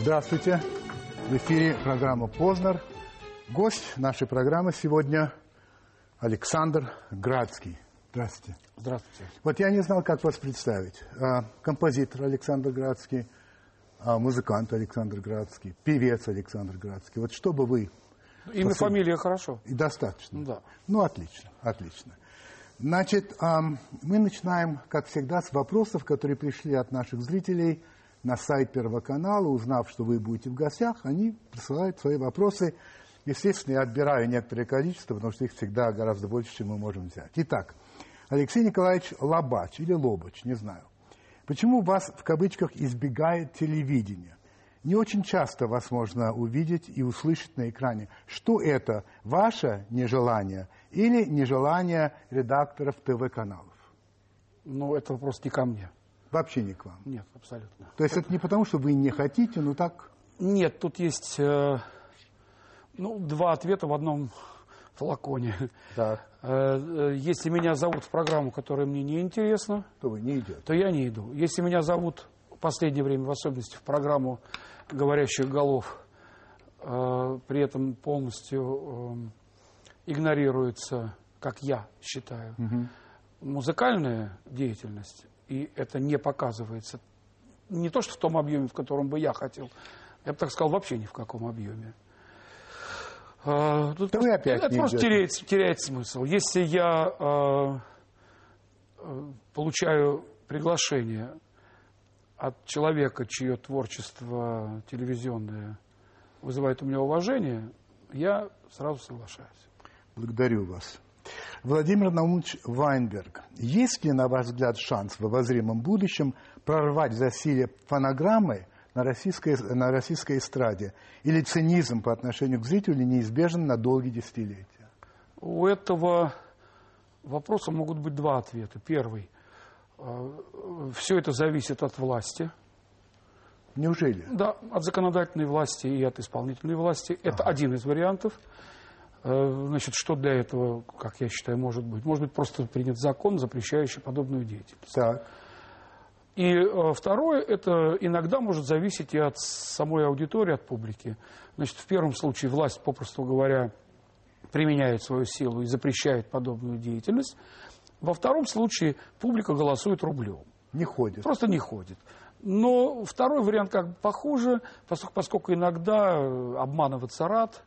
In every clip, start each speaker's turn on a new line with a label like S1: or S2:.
S1: Здравствуйте. В эфире программа «Познер». Гость нашей программы сегодня Александр Градский. Здравствуйте.
S2: Здравствуйте.
S1: Вот я не знал, как вас представить. А, Композитор Александр Градский, а, музыкант Александр Градский, певец Александр Градский. Вот что бы вы...
S2: Имя,
S1: Спасибо.
S2: фамилия хорошо.
S1: И достаточно.
S2: Ну да.
S1: Ну, отлично, отлично. Значит, ам, мы начинаем, как всегда, с вопросов, которые пришли от наших зрителей на сайт Первого канала. Узнав, что вы будете в гостях, они присылают свои вопросы. Естественно, я отбираю некоторое количество, потому что их всегда гораздо больше, чем мы можем взять. Итак, Алексей Николаевич Лобач или Лобач, не знаю. Почему вас, в кавычках, избегает телевидение? Не очень часто вас можно увидеть и услышать на экране. Что это? Ваше нежелание или нежелание редакторов ТВ-каналов?
S2: Но Ну, это вопрос не ко мне.
S1: Вообще не к вам.
S2: Нет, абсолютно.
S1: То есть это не потому, что вы не хотите, но так...
S2: Нет, тут есть э, ну, два ответа в одном флаконе.
S1: Да.
S2: Э, э, если меня зовут в программу, которая мне не интересна,
S1: То вы не идете.
S2: то я не иду. Если меня зовут в последнее время, в особенности в программу говорящих голов, э, при этом полностью э, игнорируется, как я считаю, музыкальная деятельность, и это не показывается не то, что в том объеме, в котором бы я хотел, я бы так сказал, вообще ни в каком объеме. Э, тут
S1: Да вы опять
S2: это
S1: не
S2: просто
S1: идете.
S2: теряет, теряет смысл. Если я э, э, получаю приглашение от человека, чье творчество телевизионное вызывает у меня уважение, я сразу соглашаюсь.
S1: Благодарю вас. Владимир Наумович Вайнберг, есть ли, на ваш взгляд, шанс в обозримом будущем прорвать засилие фонограммы на российской, на российской эстраде? Или цинизм по отношению к зрителю неизбежен на долгие десятилетия?
S2: У этого вопроса могут быть два ответа. Первый. Все это зависит от власти.
S1: Неужели?
S2: Да, от законодательной власти и от исполнительной власти. Это один из вариантов. Э, Значит, что для этого, как я считаю, может быть? Может быть, просто принят закон, запрещающий подобную деятельность.
S1: Так,
S2: И э, второе, это иногда может зависеть и от самой аудитории, от публики. Значит, в первом случае власть, попросту говоря, применяет свою силу и запрещает подобную деятельность. Во втором случае публика голосует рублем.
S1: не ходит.
S2: Просто не ходит. Но второй вариант как бы похуже, поскольку, поскольку иногда э, обманываться рад,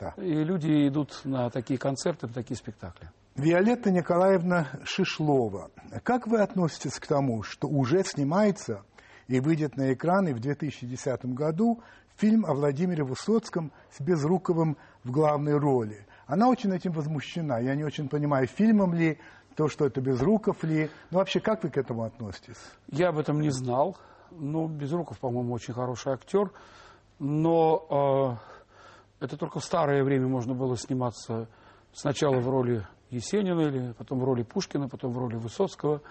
S1: Да.
S2: и люди идут на такие концерты, на такие спектакли.
S1: Виолетта Николаевна Шишлова, как вы относитесь к тому, что уже снимается и выйдет на экраны в 2010 году фильм о Владимире Высоцком с Безруковым в главной роли? Она очень этим возмущена. Я не очень понимаю, фильмом ли, то, что это Безруков ли. Ну, вообще, как вы к этому относитесь?
S2: Я об этом не знал. Ну, Безруков, по-моему, очень хороший актер. Но э, это только в старое время можно было сниматься сначала в роли Есенина, или потом в роли Пушкина, потом в роли Высоцкого.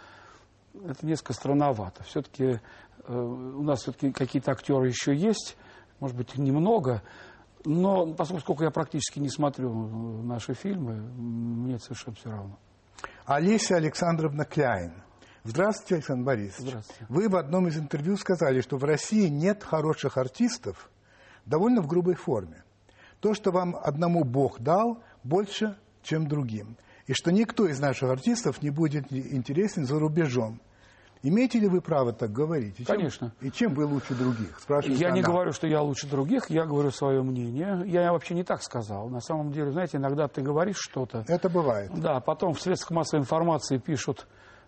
S2: Это несколько странновато. Все-таки у нас все-таки какие-то актеры еще есть, может быть, их немного. Но поскольку я практически не смотрю э, наши фильмы, м, мне это совершенно все равно.
S1: Олеся Александровна Кляйн. Здравствуйте, Александр Борисович.
S2: Здравствуйте.
S1: Вы в одном из интервью сказали, что в России нет хороших артистов довольно в грубой форме. То, что вам одному Бог дал, больше, чем другим. И что никто из наших артистов не будет ни- интересен за рубежом. Имеете ли вы право так говорить? И чем-
S2: Конечно.
S1: и чем вы лучше других? Спрашивает
S2: Я не
S1: она.
S2: говорю, что я лучше других, я говорю свое мнение. Я вообще не так сказал. На самом деле, знаете, иногда ты говоришь что-то,
S1: Это бывает.
S2: да, потом в средствах массовой информации пишут,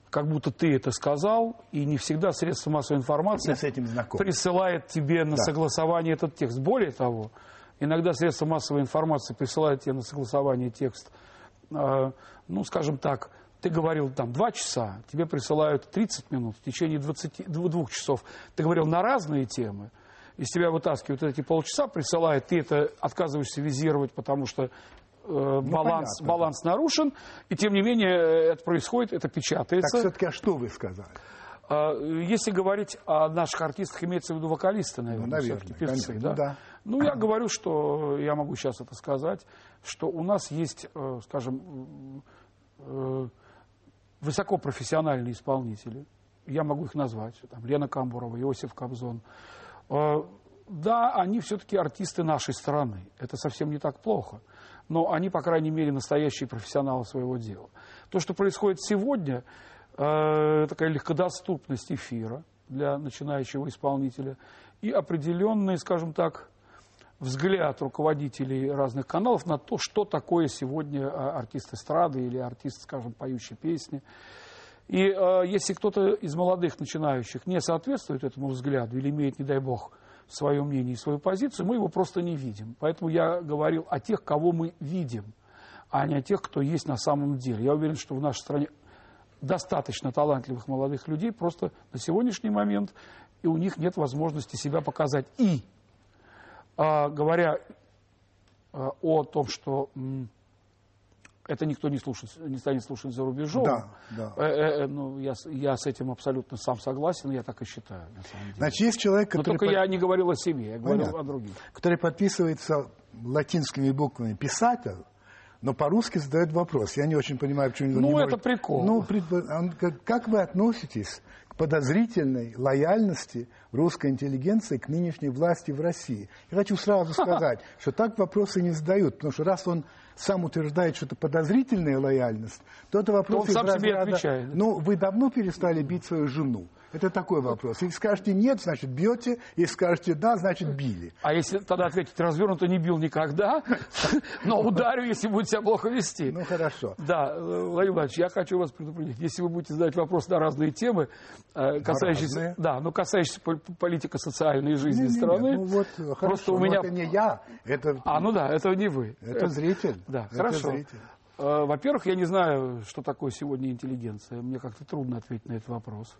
S2: как будто ты это сказал, и не всегда средства массовой информации
S1: Я с этим знаком.
S2: присылает тебе
S1: Да.
S2: на согласование этот текст. Более того, иногда средства массовой информации присылают тебе на согласование текст, э, ну, скажем так, ты говорил там два часа, тебе присылают 30 минут, в течение 20, дв- двух часов ты говорил на разные темы, из тебя вытаскивают эти полчаса, присылают, ты это отказываешься визировать, потому что э, баланс,
S1: Ну, понятно, да.
S2: баланс нарушен, и тем не менее э, это происходит, это
S1: Так
S2: печатается.
S1: все-таки, а что вы сказали?
S2: А, Если говорить о наших артистах, имеется в виду вокалисты, наверное,
S1: Ну, наверное,
S2: все-таки певцы,
S1: конечно,
S2: да?
S1: да.
S2: Ну, я говорю, что я могу сейчас это сказать, что у нас есть, э, скажем, э, высокопрофессиональные исполнители. Я могу их назвать. Там, Лена Камбурова, Иосиф Кобзон. Э, да, они все-таки артисты нашей страны. Это совсем не так плохо. Но они, по крайней мере, настоящие профессионалы своего дела. То, что происходит сегодня, э, такая легкодоступность эфира для начинающего исполнителя и определенный, скажем так, взгляд руководителей разных каналов на то, что такое сегодня э, артист эстрады или артист, скажем, поющей песни. И э, если кто-то из молодых начинающих не соответствует этому взгляду или имеет, не дай бог, свое мнение и свою позицию, мы его просто не видим. Поэтому я говорил о тех, кого мы видим, а не о тех, кто есть на самом деле. Я уверен, что в нашей стране достаточно талантливых молодых людей, просто на сегодняшний момент и у них нет возможности себя показать. И а, говоря а, о том, что м, это никто не слушает, не станет слушать за рубежом.
S1: Да, да.
S2: э, э, э, ну, я, с- я с этим абсолютно сам согласен, я так и считаю. на самом деле.
S1: Значит, есть человек,
S2: Но
S1: который,
S2: Ну, только
S1: под-
S2: я не говорил о себе, я говорил
S1: Понятно.
S2: о других.
S1: который подписывается латинскими буквами писатель, но по-русски задает вопрос. Я не очень понимаю, почему
S2: Ну,
S1: не
S2: это
S1: может-
S2: прикол.
S1: Ну, предпо- а он как- как вы относитесь к подозрительной лояльности русской интеллигенции к нынешней власти в России? Я хочу сразу сказать, что так вопросы не задают, потому что раз он сам утверждает, что это подозрительная лояльность, то это вопрос...
S2: он
S1: из
S2: сам себе
S1: разряда,
S2: отвечает.
S1: Ну, вы давно перестали бить свою жену? Это такой вопрос. Если скажете нет, значит бьете, если скажете да, значит били.
S2: А если тогда ответить развернуто, не бил никогда, но ударю, если будет себя плохо вести.
S1: Ну, хорошо.
S2: Да, э, Владимир Владимирович, я хочу вас предупредить. Если вы будете задать вопрос на разные темы, э,
S1: разные?
S2: касающиеся, да, ну, касающиеся пол- политика социальной жизни
S1: Не-не-не,
S2: страны,
S1: ну вот, э, хорошо,
S2: просто у
S1: но
S2: меня...
S1: Это не я, это,
S2: А, ну да, это не вы.
S1: это зритель.
S2: Да,
S1: это
S2: хорошо.
S1: зритель.
S2: Э, Во-первых, я не знаю, что такое сегодня интеллигенция. Мне как-то трудно ответить на этот вопрос.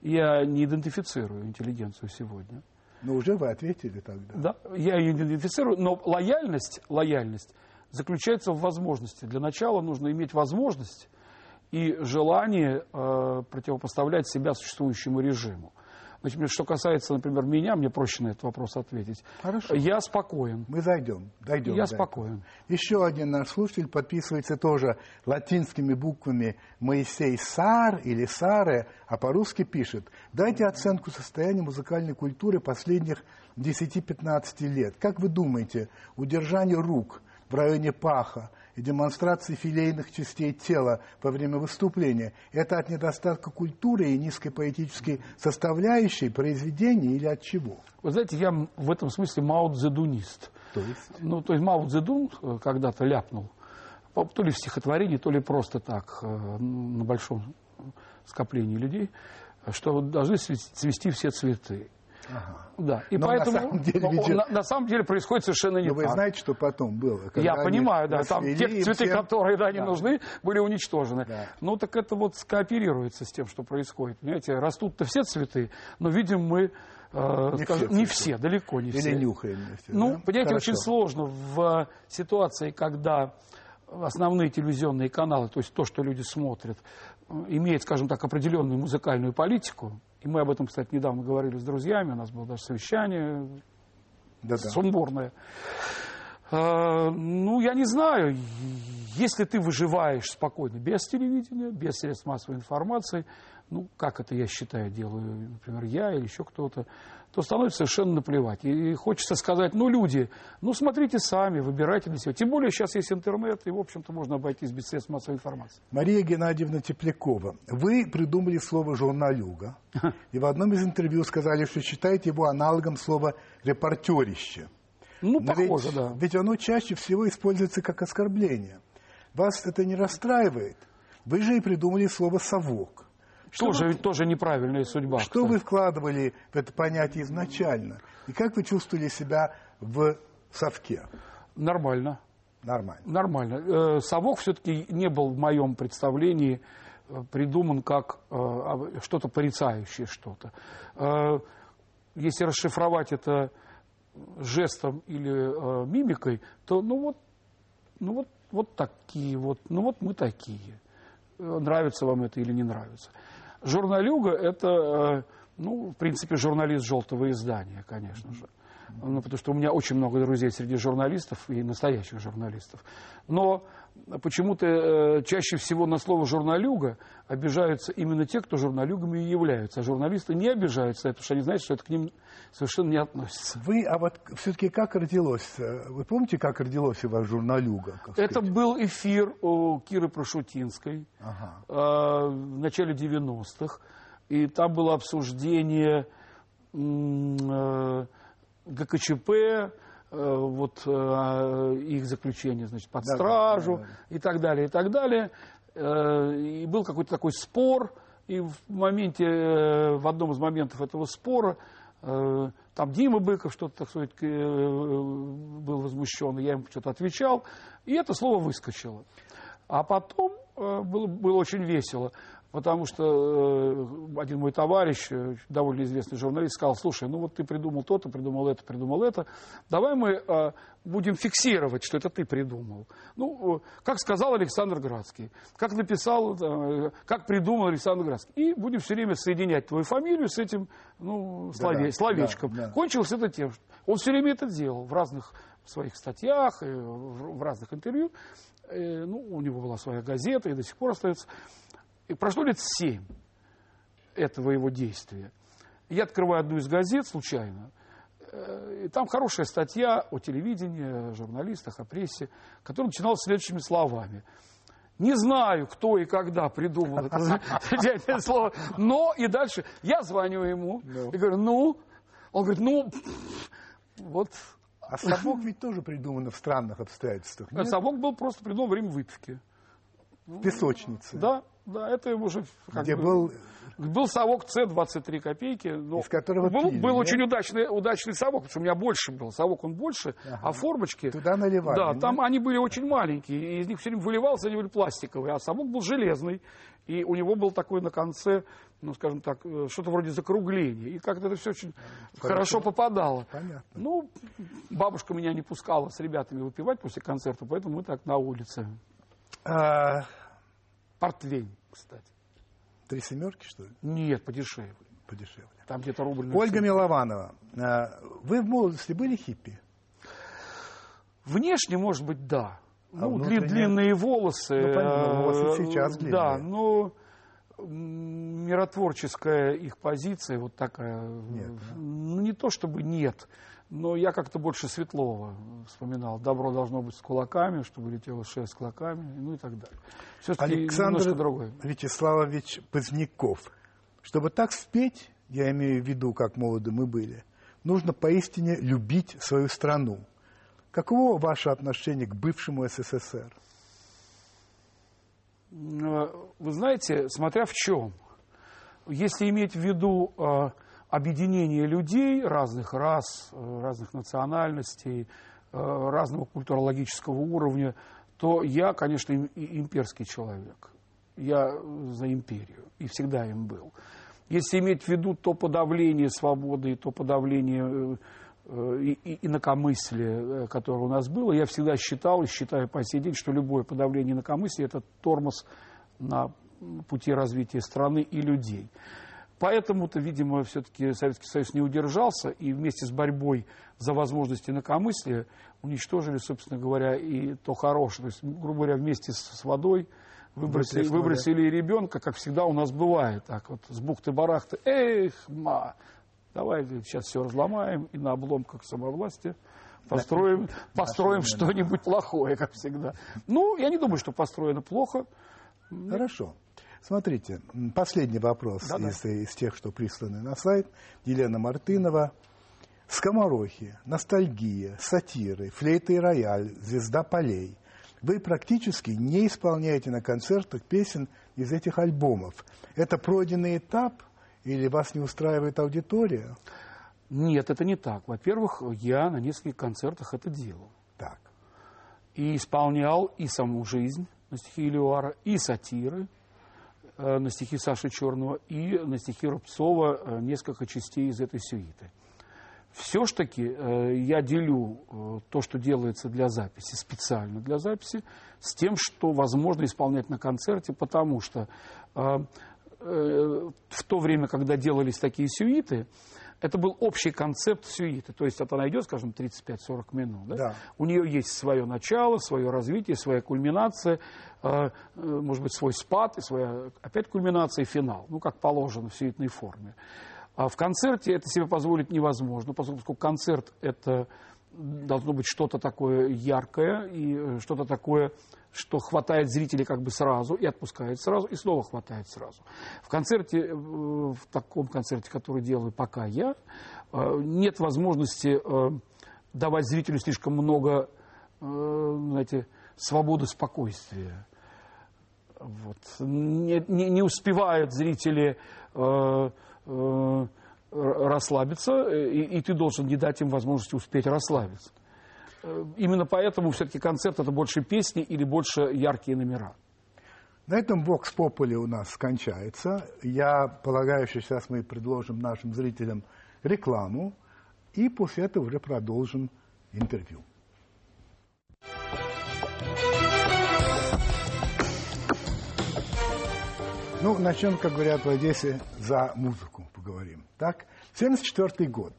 S2: Я не идентифицирую интеллигенцию сегодня.
S1: Ну, уже вы ответили тогда.
S2: Да, я ее идентифицирую, но лояльность, лояльность заключается в возможности. Для начала нужно иметь возможность и желание э, противопоставлять себя существующему режиму. Значит, мне- что касается, например, меня, мне проще на этот вопрос ответить.
S1: Хорошо.
S2: Я спокоен.
S1: Мы зайдем, дойдем.
S2: я
S1: до
S2: спокоен.
S1: этого. Еще один наш слушатель подписывается тоже латинскими буквами Моисей Сар или Саре, а по-русски пишет. Дайте оценку состоянию музыкальной культуры последних 10-15 лет. Как вы думаете, удержание рук в районе паха и демонстрации филейных частей тела во время выступления – это от недостатка культуры и низкой поэтической составляющей произведения или от чего?
S2: Вы знаете, я м- в этом смысле маудзедунист.
S1: То есть?
S2: Ну, то есть Мао Цзэдун э, когда-то ляпнул, по- то ли в стихотворении, то ли просто так, э, ну, на большом скоплении людей, что должны цве- цвести все цветы. Да, и
S1: Но на
S2: поэтому
S1: самом деле
S2: но он-
S1: ведь-
S2: на, на самом деле происходит совершенно не
S1: Но Ну, вы
S2: так.
S1: знаете, что потом было? когда
S2: а Я
S1: они
S2: понимаю, да, там
S1: расцвели,
S2: те
S1: и
S2: цветы,
S1: всем-
S2: которые да, не нужны, были уничтожены.
S1: Да.
S2: Ну, так это вот скооперируется с тем, что происходит. Понимаете, растут-то все цветы, но видим мы, э,
S1: Не
S2: скажем,
S1: все
S2: не
S1: цветы.
S2: все, далеко не все.
S1: Или нюхаем. вместе,
S2: Ну,
S1: да?
S2: понимаете,
S1: Хорошо.
S2: очень сложно в э, ситуации, когда основные телевизионные каналы, то есть то, что люди смотрят, э, имеет, скажем так, определенную музыкальную политику. И мы об этом, кстати, недавно говорили с друзьями, у нас было даже совещание
S1: Да-да.
S2: сумбурное. Э, Ну, я не знаю, если ты выживаешь спокойно без телевидения, без средств массовой информации, ну, как это я считаю, делаю, например, я или еще кто-то, то становится совершенно наплевать. И хочется сказать, ну, люди, ну, смотрите сами, выбирайте для себя. Тем более сейчас есть интернет, и, в общем-то, можно обойтись без средств массовой информации.
S1: Мария Геннадьевна Теплякова, вы придумали слово «журналюга», и в одном из интервью сказали, что считаете его аналогом слова «репортерище».
S2: Ну,
S1: Но
S2: похоже,
S1: ведь,
S2: да.
S1: ведь оно чаще всего используется как оскорбление. Вас это не расстраивает? Вы же и придумали слово «совок». Что вы
S2: Тоже, тоже неправильная судьба.
S1: Что
S2: кстати.
S1: вы вкладывали в это понятие изначально? И как вы чувствовали себя в совке?
S2: Нормально.
S1: Нормально.
S2: Нормально. Э, Совок все-таки не был в моем представлении э, придуман как э, об- что-то порицающее что-то. Э, Если расшифровать это жестом или э, мимикой, то ну вот, ну вот, вот такие вот, ну вот мы такие. Э, Нравится вам это или не нравится. Журналюга – это, э, ну, в принципе, журналист желтого издания, конечно же. ну, потому что у меня очень много друзей среди журналистов и настоящих журналистов. Но почему-то э, чаще всего на слово «журналюга» обижаются именно те, кто журналюгами и являются. А журналисты не обижаются, потому что они знают, что это к ним совершенно не относится.
S1: Вы, а вот все-таки как родилось? э, Вы помните, как родилась у вас журналюга? как
S2: Это
S1: сказать?
S2: был эфир у Киры Прошутинской.
S1: Ага.
S2: э, в начале 90-х, и там было обсуждение м, э, ГКЧП, э, вот э, их заключение, значит, под
S1: Да, да,
S2: стражу
S1: да,
S2: и так далее, и так далее. Э, И был какой-то такой спор, и в моменте, э, в одном из моментов этого спора, э, там Дима Быков что-то, так сказать, к- э, был возмущен, и я ему что-то отвечал, и это слово выскочило. А потом э, было, было очень весело, потому что э, один мой товарищ, э, довольно известный журналист, сказал, слушай, ну вот ты придумал то, ты придумал это, придумал это, давай мы э, будем фиксировать, что это ты придумал. Ну, э, как сказал Александр Градский, как написал, э, как придумал Александр Градский. И будем все время соединять твою фамилию с этим ну, слове-
S1: да,
S2: словечком.
S1: да, да.
S2: Кончилось это тем, что он все время это делал в разных своих статьях, э, в в разных интервью. Э, Ну, у него была своя газета и до сих пор остается. И прошло лет семь этого его действия. Я открываю одну из газет случайно, э, и там хорошая статья о телевидении, о журналистах, о прессе, которая начиналась следующими словами. Не знаю, кто и когда придумал это замечательное слово, но и дальше я звоню ему
S1: Ну.
S2: и говорю, ну, он говорит, ну, вот
S1: А сапог ведь тоже придумано в странных обстоятельствах. Нет?
S2: совок был просто придуман во время выпивки.
S1: В песочнице,
S2: Да, да, это уже как
S1: где
S2: бы-
S1: был
S2: Был совок С-23 копейки. Но
S1: Из которого
S2: был,
S1: пили,
S2: был
S1: да?
S2: очень удачный, удачный совок, потому что у меня больше был. Совок он больше, а формочки...
S1: Туда наливали,
S2: Да,
S1: да?
S2: там они были очень маленькие, и из них все время выливался, они были пластиковые, а совок был железный, и у него был такой на конце, ну, скажем так, э, что-то вроде закругления, и как-то это все очень хорошо попадало.
S1: Понятно.
S2: Ну, бабушка меня не пускала с ребятами выпивать после концерта, поэтому мы так на улице.
S1: а,
S2: Портвейн, кстати.
S1: три семерки, что ли,
S2: Нет, подешевле.
S1: подешевле.
S2: Там где-то рубль. на
S1: Ольга Милованова, а, вы в молодости были хиппи?
S2: Внешне, может быть, да. ну, дли-
S1: А внутренне?
S2: длинные волосы.
S1: Ну, понятно, волосы
S2: э,
S1: сейчас
S2: Да,
S1: длинные.
S2: но м, миротворческая их позиция вот такая.
S1: Нет, да?
S2: Ну, не то чтобы нет, но я как-то больше Светлова вспоминал. Добро должно быть с кулаками, чтобы летело шея с кулаками, ну и так далее. Все-таки немножко другое.
S1: Вячеславович Поздняков. Чтобы так спеть, я имею в виду, как молоды мы были, нужно поистине любить свою страну. Каково ваше отношение к бывшему СССР?
S2: Э, Вы знаете, смотря в чем. Если иметь в виду э, объединение людей разных рас, э, разных национальностей, э, разного культурологического уровня, то я, конечно, им- и- имперский человек. Я э, за империю и всегда им был. Если иметь в виду то подавление свободы, и то подавление э, э, и- и- инакомыслия, э, которое у нас было, я всегда считал и считаю по сей день, что любое подавление инакомыслия – это тормоз на м, пути развития страны и людей. Поэтому-то, видимо, все-таки Советский Союз не удержался, и вместе с борьбой за возможности инакомыслия уничтожили, собственно говоря, и то хорошее. То есть, грубо говоря, вместе с с водой выбросили,
S1: Выплеснули.
S2: выбросили и ребенка, как всегда у нас бывает. Так вот, с бухты-барахты, эх, ма, давай сейчас все разломаем и на обломках самовластия построим, построим что-нибудь плохое, как всегда. Ну, я не думаю, что построено плохо.
S1: Хорошо. Смотрите, м, последний вопрос
S2: Да-да.
S1: из, э, из тех, что присланы на сайт. Елена Мартынова. Скоморохи, ностальгия, сатиры, флейта и рояль, звезда полей. Вы практически не исполняете на концертах песен из этих альбомов. Это пройденный этап или вас не устраивает аудитория?
S2: Нет, это не так. Во-первых, я на нескольких концертах это делал.
S1: Так.
S2: И исполнял и саму жизнь на стихи Илюара, и сатиры э, на стихи Саши Черного, и на стихи Рубцова э, несколько частей из этой сюиты. Все ж таки э, я делю э, то, что делается для записи, специально для записи, с тем, что возможно исполнять на концерте, потому что э, э, в то время, когда делались такие сюиты, Это был общий концепт сюиты. То есть, вот она идет, скажем, 35-40 минут. Да?
S1: Да.
S2: У нее есть свое начало, свое развитие, своя кульминация, э, э, может быть, свой спад, и своя опять кульминация и финал. Ну, как положено в сюитной форме. А в концерте это себе позволить невозможно, поскольку концерт – это должно быть что-то такое яркое и э, что-то такое, что хватает зрителей как бы сразу и отпускает сразу, и снова хватает сразу. В концерте, э, в таком концерте, который делаю пока я, э, нет возможности э, давать зрителю слишком много, э, знаете, свободы спокойствия. Вот. Не, не- не успевают зрители э, э, р- расслабиться, э, и, и ты должен не дать им возможности успеть расслабиться. Э, Именно поэтому все-таки концерт это больше песни или больше яркие номера.
S1: На этом Vox Populi у нас скончается. Я полагаю, что сейчас мы предложим нашим зрителям рекламу, и после этого уже продолжим интервью. Ну, начнем, как говорят в Одессе, за музыку поговорим. Так, 74 год.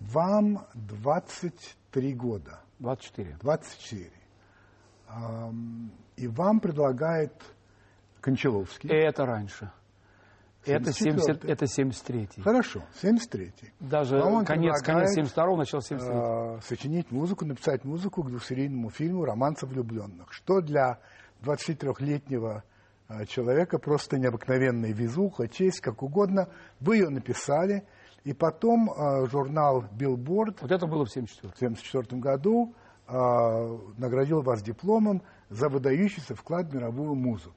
S1: Вам 23 года.
S2: 24.
S1: 24. Ам, И вам предлагает Кончаловский.
S2: Это раньше. Это, 70,
S1: 74-й.
S2: это 73-й.
S1: Хорошо, 73-й.
S2: Даже
S1: А он
S2: конец,
S1: предлагает,
S2: конец 72-го, начало 73-го.
S1: э, сочинить музыку, написать музыку к двухсерийному фильму «Романса влюбленных», что для 23-летнего э, человека просто необыкновенная везуха, честь, как угодно. Вы ее написали, и потом э, журнал «Билборд»
S2: Вот это было в 74
S1: в 1974 году э, наградил вас дипломом за выдающийся вклад в мировую музыку.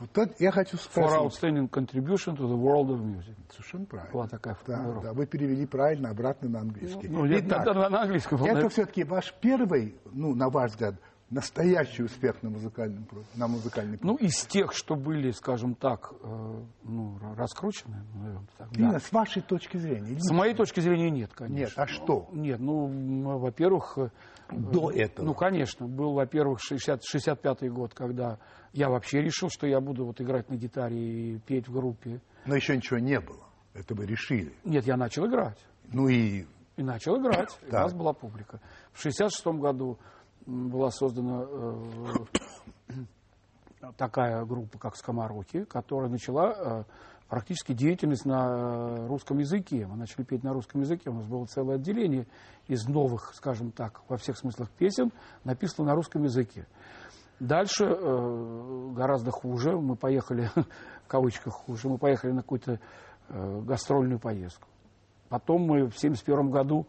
S1: Вот это я хочу
S2: For
S1: спросить.
S2: outstanding contribution to the world of music.
S1: Совершенно правильно.
S2: Была такая
S1: Да,
S2: формулировка.
S1: да, вы перевели правильно обратно на английский.
S2: Ну, я-
S1: Итак,
S2: да, да, на английском.
S1: это все-таки ваш первый, ну, на ваш взгляд, настоящий успех на музыкальном про- на музыкальной
S2: Ну, из тех, что были, скажем так, э, ну, ра- раскручены, наверное, так, да.
S1: Именно с вашей точки зрения. или
S2: С моей точки зрения, нет, конечно.
S1: Нет, а что?
S2: Нет, ну, м, во-первых... э,
S1: До этого.
S2: Ну, конечно, был, во-первых, 60, 65-й год, когда я вообще решил, что я буду вот играть на гитаре и петь в группе.
S1: Но еще ничего не было. Это вы решили.
S2: Нет, я начал играть.
S1: Ну и
S2: И начал играть. И У
S1: Так.
S2: нас была публика. В 1966 году м, была создана э, такая группа, как «Скомороки», которая начала э, практически деятельность на э, русском языке. Мы начали петь на русском языке. У нас было целое отделение из новых, скажем так, во всех смыслах песен, написано на русском языке. Дальше э, гораздо хуже. Мы поехали, в кавычках хуже, мы поехали на какую-то э, гастрольную поездку. Потом мы в 1971 году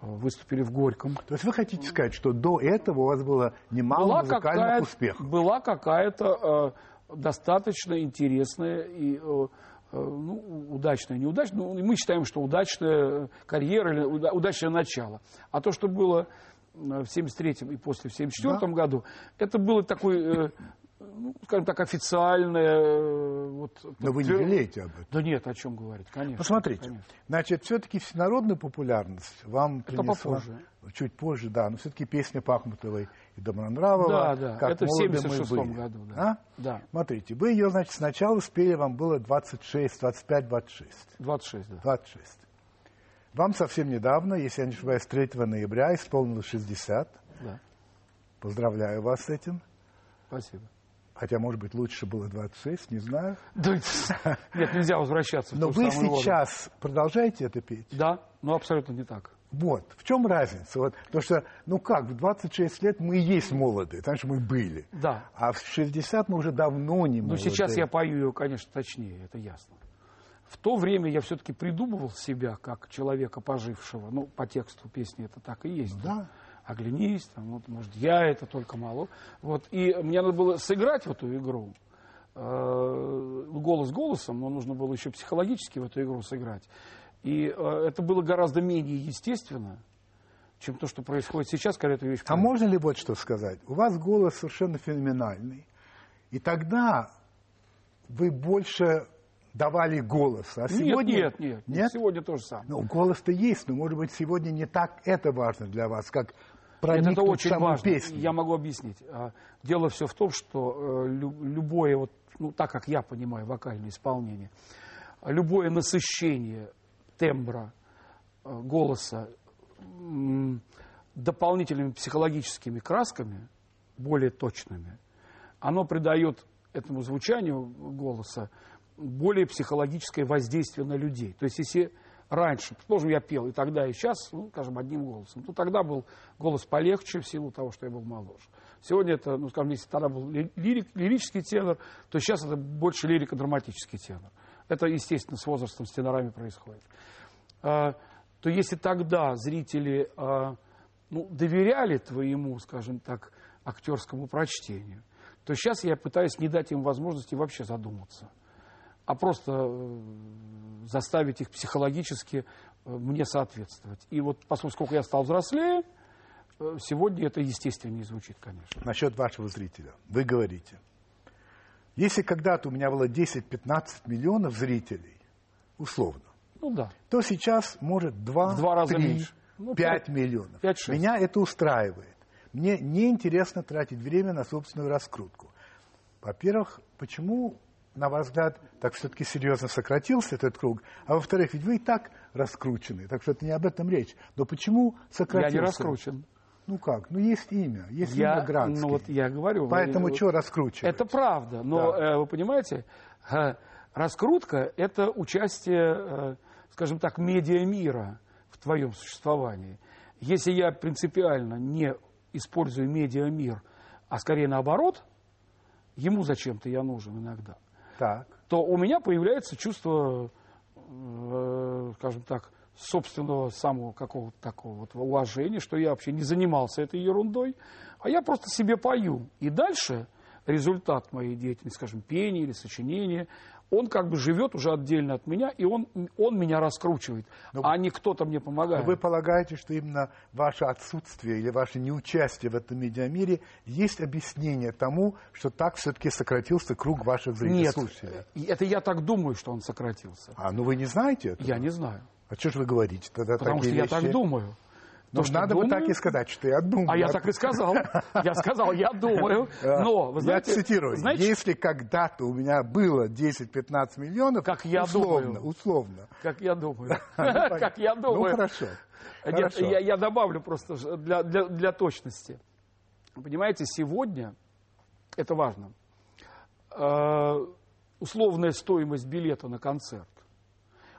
S2: э, выступили в Горьком.
S1: то есть вы хотите сказать, что до этого у вас было немало музыкальных
S2: какая-
S1: успехов?
S2: Была какая-то э, достаточно интересная и э, э, ну, удачная, неудачная. Ну, мы считаем, что удачная карьера или уда- удачное начало. А то, что было э, в 73-м и после в 74-м году, это было такое, э, ну, скажем так, официальное... э, Вот,
S1: Но вы не
S2: подтвер-
S1: жалеете об этом.
S2: Да нет, о чем говорить, конечно.
S1: Посмотрите,
S2: конечно.
S1: значит, все-таки всенародную популярность вам
S2: Это
S1: принесла
S2: попозже.
S1: чуть позже, да, но все-таки песня Пахмутовой и Добронравова.
S2: Да, да,
S1: «Как
S2: это в
S1: молоды мы
S2: 76-м
S1: были».
S2: году. Да.
S1: А?
S2: да,
S1: Смотрите, вы ее, значит, сначала спели, вам было 26, 25, 26.
S2: 26, да.
S1: 26. Вам совсем недавно, если я не ошибаюсь, 3 ноября исполнилось 60.
S2: да.
S1: Поздравляю вас с этим.
S2: Спасибо.
S1: Хотя, может быть, лучше было 26, не знаю.
S2: Да, нет, нельзя возвращаться. в
S1: Но
S2: ту
S1: вы
S2: самую воду.
S1: сейчас продолжаете это петь?
S2: Да, но абсолютно не так.
S1: Вот. В чем разница? Вот, потому что, ну как, в 26 лет мы и есть молоды, потому что мы были.
S2: Да.
S1: А в 60 мы уже давно не А
S2: Ну,
S1: молоды.
S2: сейчас я пою ее, конечно, точнее, это ясно. В то время я все-таки придумывал себя как человека пожившего. Ну, по тексту песни это так и есть.
S1: Да.
S2: Оглянись, там, вот, может, я это только мало. Вот, и мне надо было сыграть в эту игру. Э, Голос голосом, но нужно было еще психологически в эту игру сыграть. И э, это было гораздо менее естественно, чем то, что происходит сейчас, когда эту вещь
S1: А
S2: поют.
S1: можно ли вот что сказать? У вас голос совершенно феноменальный. И тогда вы больше давали голос. А сегодня...
S2: Нет, нет, нет,
S1: Нет?
S2: Сегодня то же самое.
S1: Ну, голос-то есть, но, может быть, сегодня не так это важно для вас, как проникнуть
S2: это очень
S1: в саму
S2: важно.
S1: песню.
S2: Я могу объяснить. А, Дело все в том, что э, лю- любое, вот, ну, так как я понимаю вокальное исполнение, любое насыщение тембра, э, голоса м, дополнительными психологическими красками, более точными, оно придает этому звучанию голоса более психологическое воздействие на людей. То есть, если раньше, предположим, я пел и тогда, и сейчас, ну, скажем, одним голосом, то тогда был голос полегче в силу того, что я был моложе. Сегодня это, ну, скажем, если тогда был ли- лирик, лирический тенор, то сейчас это больше лирико-драматический тенор. Это, естественно, с возрастом, с тенорами происходит. А, то если тогда зрители а, ну, доверяли твоему, скажем так, актерскому прочтению, то сейчас я пытаюсь не дать им возможности вообще задуматься, а просто э, заставить их психологически э, мне соответствовать. И вот поскольку я стал взрослее, э, сегодня это естественнее звучит, конечно.
S1: Насчет вашего зрителя. Вы говорите, если когда-то у меня было 10-15 миллионов зрителей, условно,
S2: Ну да.
S1: то сейчас, может, 2,
S2: В два раза
S1: 3,
S2: меньше. Ну,
S1: 5 миллионов.
S2: пять, шесть.
S1: Меня это устраивает. Мне неинтересно тратить время на собственную раскрутку. Во-первых, почему, на ваш взгляд, так все-таки серьезно сократился этот круг? А во-вторых, ведь вы и так раскручены, так что это не об этом речь. Но почему
S2: Я
S1: сократился?
S2: не раскручен.
S1: Ну как? Ну есть имя, есть
S2: Я,
S1: имя Градский.
S2: ну вот я говорю. вы-
S1: Поэтому что раскручивать?
S2: Это правда, но
S1: Да.
S2: э, вы понимаете, э, раскрутка – это участие, э, скажем так, медиа мира в твоем существовании. Если я принципиально не использую медиа мир, а скорее наоборот, ему зачем-то я нужен иногда,
S1: Так.
S2: то у меня появляется чувство, э, скажем так, собственного самого какого-то такого вот уважения, что я вообще не занимался этой ерундой, а я просто себе пою. И дальше результат моей деятельности, скажем, пения или сочинения, он как бы живет уже отдельно от меня, и он, он меня раскручивает,
S1: Но-
S2: а не кто-то мне
S1: Но
S2: помогает.
S1: Ну, Вы полагаете, что именно ваше отсутствие или ваше неучастие в этом медиамире есть объяснение тому, что так все-таки сократился круг ваших зрителей?
S2: Нет,
S1: слушателей?
S2: э, это я так думаю, что он сократился.
S1: А, ну вы не знаете это?
S2: Я не знаю,
S1: А что же вы говорите тогда
S2: потому что
S1: такие
S2: я
S1: вещи?
S2: так думаю.
S1: Ну,
S2: То, что
S1: надо бы так
S2: думаю-
S1: и сказать, что я думаю.
S2: А я так и сказал. Я сказал, я думаю. Но, вы знаете,
S1: я цитирую,
S2: знаете,
S1: если когда-то у меня было 10-15 миллионов,
S2: Как я
S1: условно,
S2: думаю.
S1: условно.
S2: как я думаю.
S1: Ну, понятно.
S2: Как я
S1: Ну,
S2: думаю.
S1: хорошо.
S2: Нет,
S1: хорошо.
S2: я, я добавлю просто ж- для, для, для точности. Понимаете, сегодня, это важно, э, условная стоимость билета на концерт,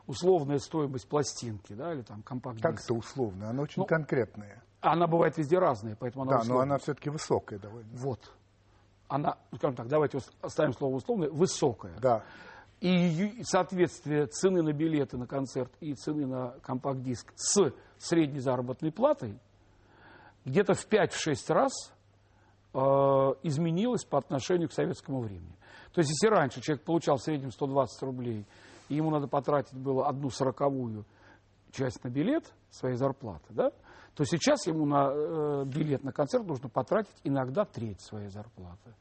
S2: условная стоимость пластинки, да, или там компакт
S1: Как-то условно, она очень
S2: Ну,
S1: конкретная.
S2: Она бывает везде разная, поэтому она
S1: Да, но
S2: условная.
S1: она все-таки высокая довольно.
S2: Вот. Она, ну, скажем так, давайте ус- оставим слово условное, высокая.
S1: Да.
S2: и её- соответствие цены на билеты на концерт и цены на компакт-диск с средней заработной платой где-то в 5-6 раз э, изменилось по отношению к советскому времени. То есть, если раньше человек получал в среднем 120 рублей, и ему надо потратить было одну сороковую часть на билет своей зарплаты, да, то сейчас ему на э, билет на концерт нужно потратить иногда треть своей зарплаты.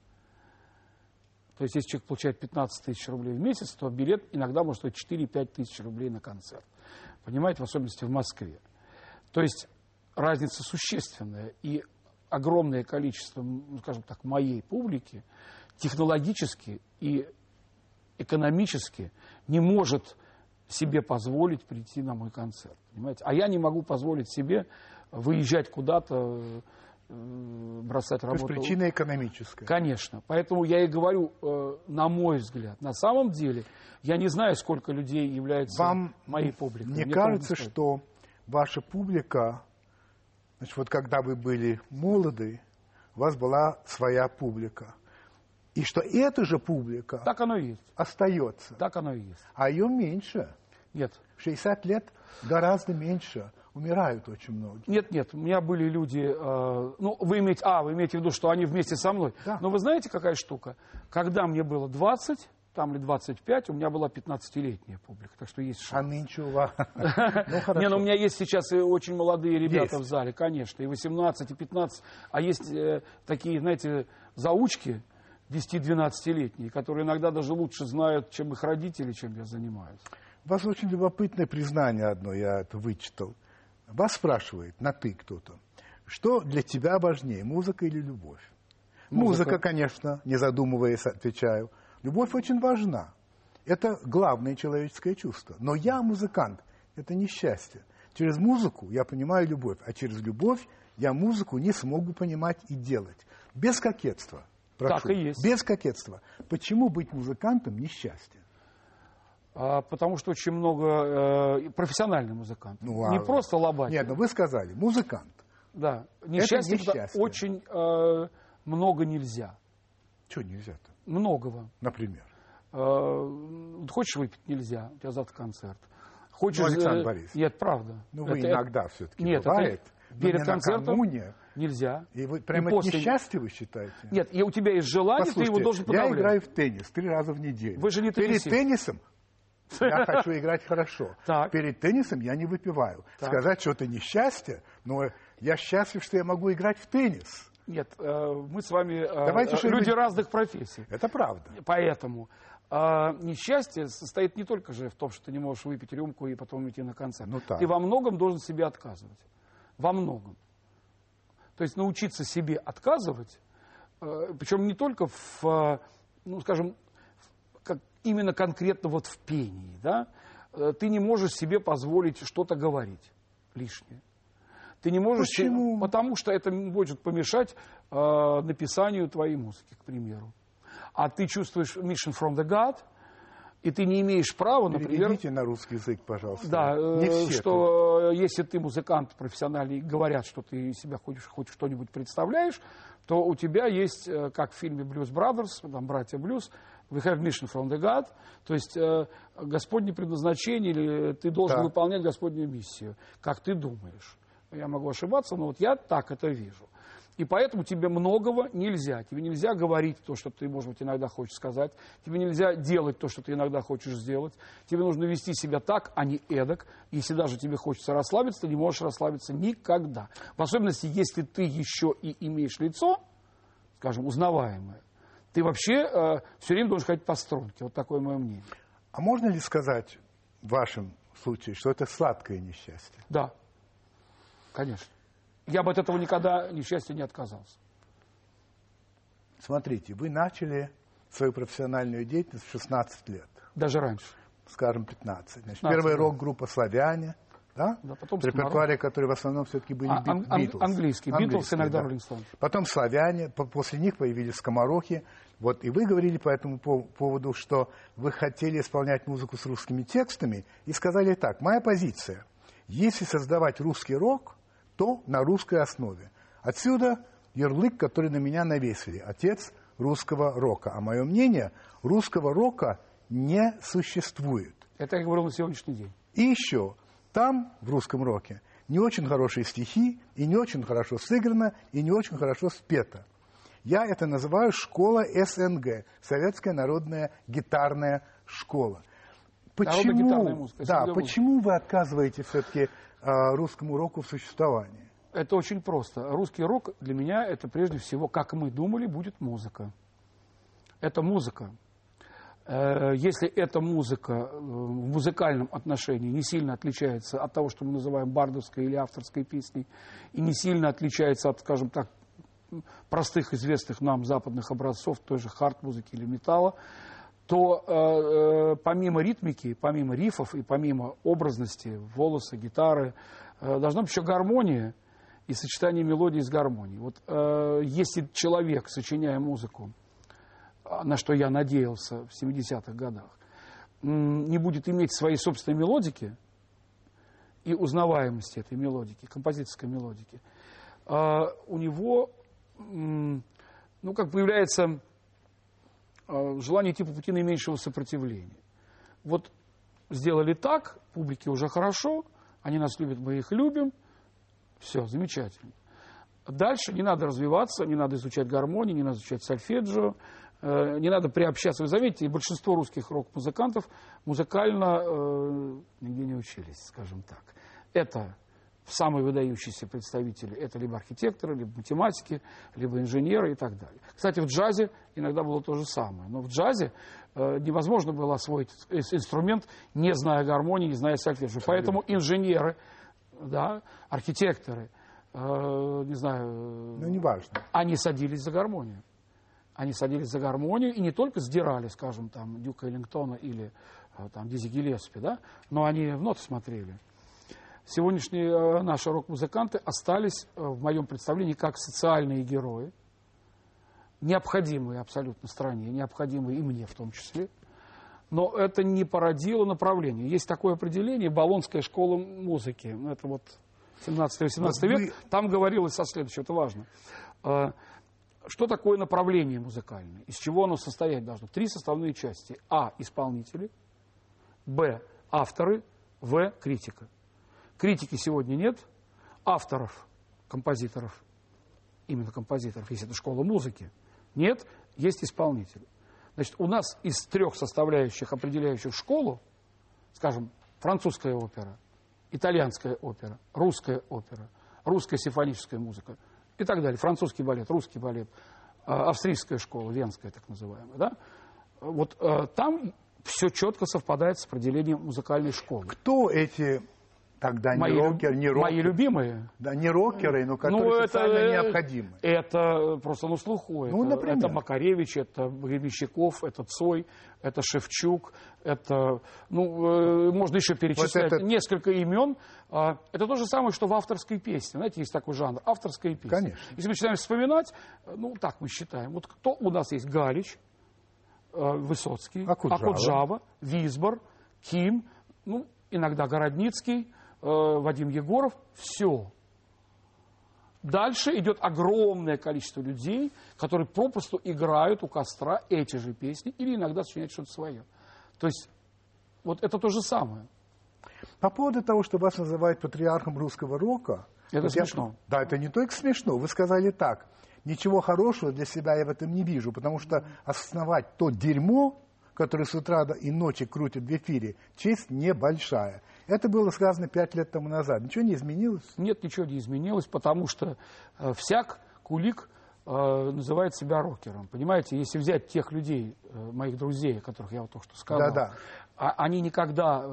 S2: То есть, если человек получает 15 тысяч рублей в месяц, то билет иногда может стоить 4-5 тысяч рублей на концерт. Понимаете, в особенности в Москве. То есть, разница существенная. И огромное количество, ну, скажем так, моей публики технологически и экономически не может себе позволить прийти на мой концерт. Понимаете? А я не могу позволить себе выезжать куда-то, э, бросать
S1: То есть
S2: работу.
S1: причина экономическая.
S2: Конечно. Поэтому я и говорю, э, на мой взгляд, на самом деле, я не знаю, сколько людей является
S1: Вам
S2: моей публикой.
S1: Мне,
S2: трудно
S1: кажется,
S2: сказать.
S1: что ваша публика, значит, вот когда вы были молоды, у вас была своя публика. И что эта же публика
S2: Так оно и есть.
S1: остается,
S2: Так оно и есть.
S1: а ее меньше.
S2: Нет.
S1: В 60 лет гораздо меньше. Умирают очень многие.
S2: Нет, нет, у меня были люди, э, ну, вы имеете, а, вы имеете в виду, что они вместе со мной.
S1: Да.
S2: Но вы знаете, какая штука? Когда мне было 20, там или 25, у меня была 15-летняя публика, так что есть шанс.
S1: А нынче у вас... Ну,
S2: Не, ну у
S1: хорошо.
S2: меня есть сейчас и очень молодые ребята
S1: Есть.
S2: в зале, конечно, и 18, и 15, а есть э, такие, знаете, заучки 10-12-летние, которые иногда даже лучше знают, чем их родители, чем я занимаюсь.
S1: У вас очень любопытное признание одно, я это вычитал. Вас спрашивает, на ты кто-то, что для тебя важнее, музыка или любовь?
S2: Музыка.
S1: Музыка, конечно, не задумываясь, отвечаю. Любовь очень важна. Это главное человеческое чувство. Но я музыкант. Это несчастье. Через музыку я понимаю любовь, а через любовь я музыку не смогу понимать и делать. Без кокетства.
S2: Так и есть.
S1: Без кокетства. Почему быть музыкантом несчастье?
S2: А, потому что очень много э, профессиональных музыкантов.
S1: Ну, а-
S2: Не просто лобать.
S1: Нет, ну вы сказали, музыкант.
S2: Да. Несчастье, потому-
S1: несчастье.
S2: очень э, много нельзя.
S1: Чего нельзя-то,
S2: Многого.
S1: например?
S2: Э, вот хочешь выпить нельзя, у тебя завтра концерт. Хочешь,
S1: Ну, Александр
S2: э,
S1: Борисович.
S2: Нет, правда.
S1: Ну, вы
S2: Это-
S1: иногда все-таки
S2: Нет, это
S1: бывает. но
S2: перед
S1: не
S2: концертом-
S1: накануне.
S2: Нельзя.
S1: И вы прямо
S2: И после-
S1: несчастье вы считаете?
S2: Нет, и у тебя есть желание, ты его должен
S1: я
S2: подавлять.
S1: играю в теннис три раза в неделю.
S2: Вы же не
S1: Перед
S2: теннисист.
S1: теннисом я хочу играть хорошо.
S2: Так.
S1: Перед теннисом я не выпиваю.
S2: Так.
S1: Сказать, что это несчастье, но я счастлив, что я могу играть в теннис.
S2: Нет, э, мы с вами э,
S1: Давайте
S2: э,
S1: что-нибудь-
S2: люди разных профессий.
S1: Это правда.
S2: Поэтому а, несчастье состоит не только же в том, что ты не можешь выпить рюмку и потом идти на концерт.
S1: Ну так.
S2: Ты во многом должен себе отказывать. Во многом. То есть научиться себе отказывать, причем не только в, э, ну, скажем, в- как именно конкретно вот в пении, да, Э, ты не можешь себе позволить что-то говорить лишнее. Ты не можешь... се-
S1: Почему?
S2: Потому что это м- может помешать э, написанию твоей музыки, к примеру. А ты чувствуешь mission from the God, и ты не имеешь права, например...
S1: Переведите на русский язык, пожалуйста.
S2: Да,
S1: не
S2: э,
S1: все так.
S2: что э, если ты музыкант профессиональный, и говорят, что ты из себя хочешь, хоть что-нибудь представляешь, то у тебя есть, э, как в фильме «Блюз Brothers, там «Братья Блюз», «We have mission from the God», то есть э, Господне предназначение, или ты должен
S1: Да.
S2: выполнять Господнюю миссию, как ты думаешь. Я могу ошибаться, но вот я так это вижу. И поэтому тебе многого нельзя. Тебе нельзя говорить то, что ты, может быть, иногда хочешь сказать. Тебе нельзя делать то, что ты иногда хочешь сделать. Тебе нужно вести себя так, а не эдак. Если даже тебе хочется расслабиться, ты не можешь расслабиться никогда. В особенности, если ты еще и имеешь лицо, скажем, узнаваемое, ты вообще все время должен ходить по струнке. Вот такое мое мнение.
S1: А можно ли сказать в вашем случае, что это сладкое несчастье?
S2: Да, конечно. Я бы от этого никогда, несчастья, не отказался.
S1: Смотрите, вы начали свою профессиональную деятельность в 16 лет.
S2: Даже раньше.
S1: скажем, 15. Значит,
S2: 15,
S1: первая
S2: да.
S1: рок-группа «Славяне», да?
S2: Да, потом
S1: в репертуаре, который в основном все-таки были
S2: А,
S1: Бит-
S2: ан- ан-
S1: «Битлз».
S2: английский. «Битлз»,
S1: Английские,
S2: иногда
S1: да.
S2: «Роллинг Стоунс».
S1: Потом «Славяне», по- после них появились «Скоморохи». Вот, и вы говорили по этому пов- поводу, что вы хотели исполнять музыку с русскими текстами, и сказали так, моя позиция, если создавать русский рок, то на русской основе. Отсюда ярлык, который на меня навесили, отец русского рока. А мое мнение, русского рока не существует.
S2: Это я говорил на сегодняшний день.
S1: И еще, там, в русском роке, не очень хорошие стихи, и не очень хорошо сыграно, и не очень хорошо спето. Я это называю школа СНГ, Советская народная гитарная школа.
S2: Народно-гитарная
S1: Почему,
S2: музыка,
S1: да,
S2: СНГ музыка.
S1: почему вы отказываете все-таки русскому року в существовании?
S2: Это очень просто. Русский рок для меня это прежде всего, как мы думали, будет музыка. Это музыка. Э, Если эта музыка э, в музыкальном отношении не сильно отличается от того, что мы называем бардовской или авторской песней, и не сильно отличается от, скажем так, простых известных нам западных образцов, той же хард-музыки или металла, то э, э, помимо ритмики, помимо рифов и помимо образности, волоса, гитары, э, должна быть еще гармония и сочетание мелодии с гармонией. Вот э, если человек, сочиняя музыку, а, на что я надеялся в 70-х годах, м, не будет иметь своей собственной мелодики и узнаваемости этой мелодики, композиторской мелодики, а, у него, м, ну, как появляется а, желание идти по пути наименьшего сопротивления. Вот сделали так, публике уже хорошо, они нас любят, мы их любим, все, замечательно. Дальше не надо развиваться, не надо изучать гармонию, не надо изучать сольфеджио, э, не надо приобщаться. Вы заметите, большинство русских рок-музыкантов музыкально э, нигде не учились, скажем так. Это самые выдающиеся представители, это либо архитекторы, либо математики, либо инженеры и так далее. Кстати, в джазе иногда было то же самое, но в джазе э, невозможно было освоить ис- инструмент, не зная гармонии, не зная сольфеджио. Поэтому инженеры, да, архитекторы, э, не знаю,
S1: Ну, неважно.
S2: они садились за гармонию. Они садились за гармонию и не только сдирали, скажем, там, Дюка Эллингтона или э, там, Дизи Гиллеспи, да, но они в ноты смотрели. сегодняшние э, наши рок-музыканты остались, э, в моем представлении, как социальные герои, необходимые абсолютно стране, необходимые и мне в том числе. Но это не породило направление. Есть такое определение «Болонская школа музыки». Ну, Это вот 17-18
S1: Вот
S2: век.
S1: вы-
S2: Там говорилось со следующего, это важно. Э, Что такое направление музыкальное? Из чего оно состоять должно? Три составные части. А – исполнители. Б – авторы. В – критика. Критики сегодня нет. Авторов, композиторов, именно композиторов, если это школа музыки, нет. Есть исполнители. Значит, у нас из трех составляющих, определяющих школу, скажем, французская опера, итальянская опера, русская опера, русская симфоническая музыка и так далее, французский балет, русский балет, э, австрийская школа, венская так называемая, да? Вот э, там все четко совпадает с определением музыкальной школы.
S1: Кто эти тогда не
S2: Мои лю-
S1: рокеры, не, рок-
S2: мои любимые.
S1: да, не рокеры, но которые
S2: Ну, это,
S1: социально
S2: э,
S1: необходимы?
S2: Это просто на слуху.
S1: Ну,
S2: это,
S1: например.
S2: это Макаревич, это Гребенщиков, это Цой, это Шевчук, это, ну, э, можно еще перечислять
S1: Вот этот-
S2: несколько имен. А, Это то же самое, что в авторской песне. Знаете, есть такой жанр, авторская песня.
S1: Конечно.
S2: Если мы начинаем вспоминать, э, ну, так мы считаем. Вот кто у нас есть? Галич, э, Высоцкий,
S1: Акуджава.
S2: Акуджава, Визбор, Ким, ну, иногда Городницкий, э, Вадим Егоров. Все. Дальше идет огромное количество людей, которые попросту играют у костра эти же песни или иногда сочиняют что-то свое. То есть вот это то же самое.
S1: По поводу того, что вас называют патриархом русского рока...
S2: Это
S1: вот я-
S2: смешно.
S1: да, это не только смешно. Вы сказали так. Ничего хорошего для себя я в этом не вижу, потому что основать то дерьмо, которое с утра до- и ночи крутят в эфире, честь небольшая. Это было сказано пять лет тому назад. Ничего не изменилось?
S2: Нет, ничего не изменилось, потому что э, всяк кулик э, называет себя рокером. Понимаете, если взять тех людей, э, моих друзей, о которых я вот только что сказал,
S1: Да-да.
S2: а- они никогда э,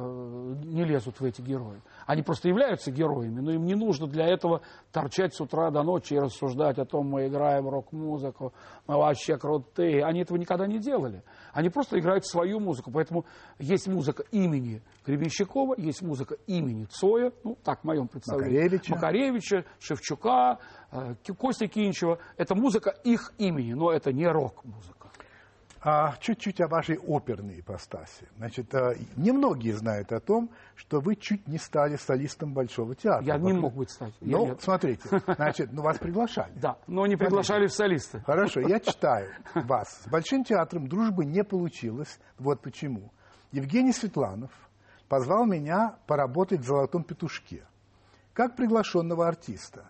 S2: не лезут в эти герои. Они просто являются героями, но им не нужно для этого торчать с утра до ночи и рассуждать о том, мы играем рок-музыку, мы вообще крутые. Они этого никогда не делали. Они просто играют свою музыку. Поэтому есть музыка имени Гребенщикова, есть музыка имени Цоя, ну, так в моем представлении.
S1: Макаревича.
S2: Макаревича, Шевчука, э, Ки- Кости Кинчева. Это музыка их имени, но это не рок-музыка.
S1: А, чуть-чуть о вашей оперной ипостаси. Значит, а, немногие знают о том, что вы чуть не стали солистом Большого театра.
S2: Я не
S1: Вокруг-
S2: мог быть стать. Я
S1: А Ну,
S2: нет.
S1: смотрите, значит, ну вас приглашали.
S2: Да, но не приглашали в солисты.
S1: Хорошо, я читаю вас. С Большим театром дружбы не получилось. Вот почему. Евгений Светланов позвал меня поработать в «Золотом петушке» как приглашенного артиста.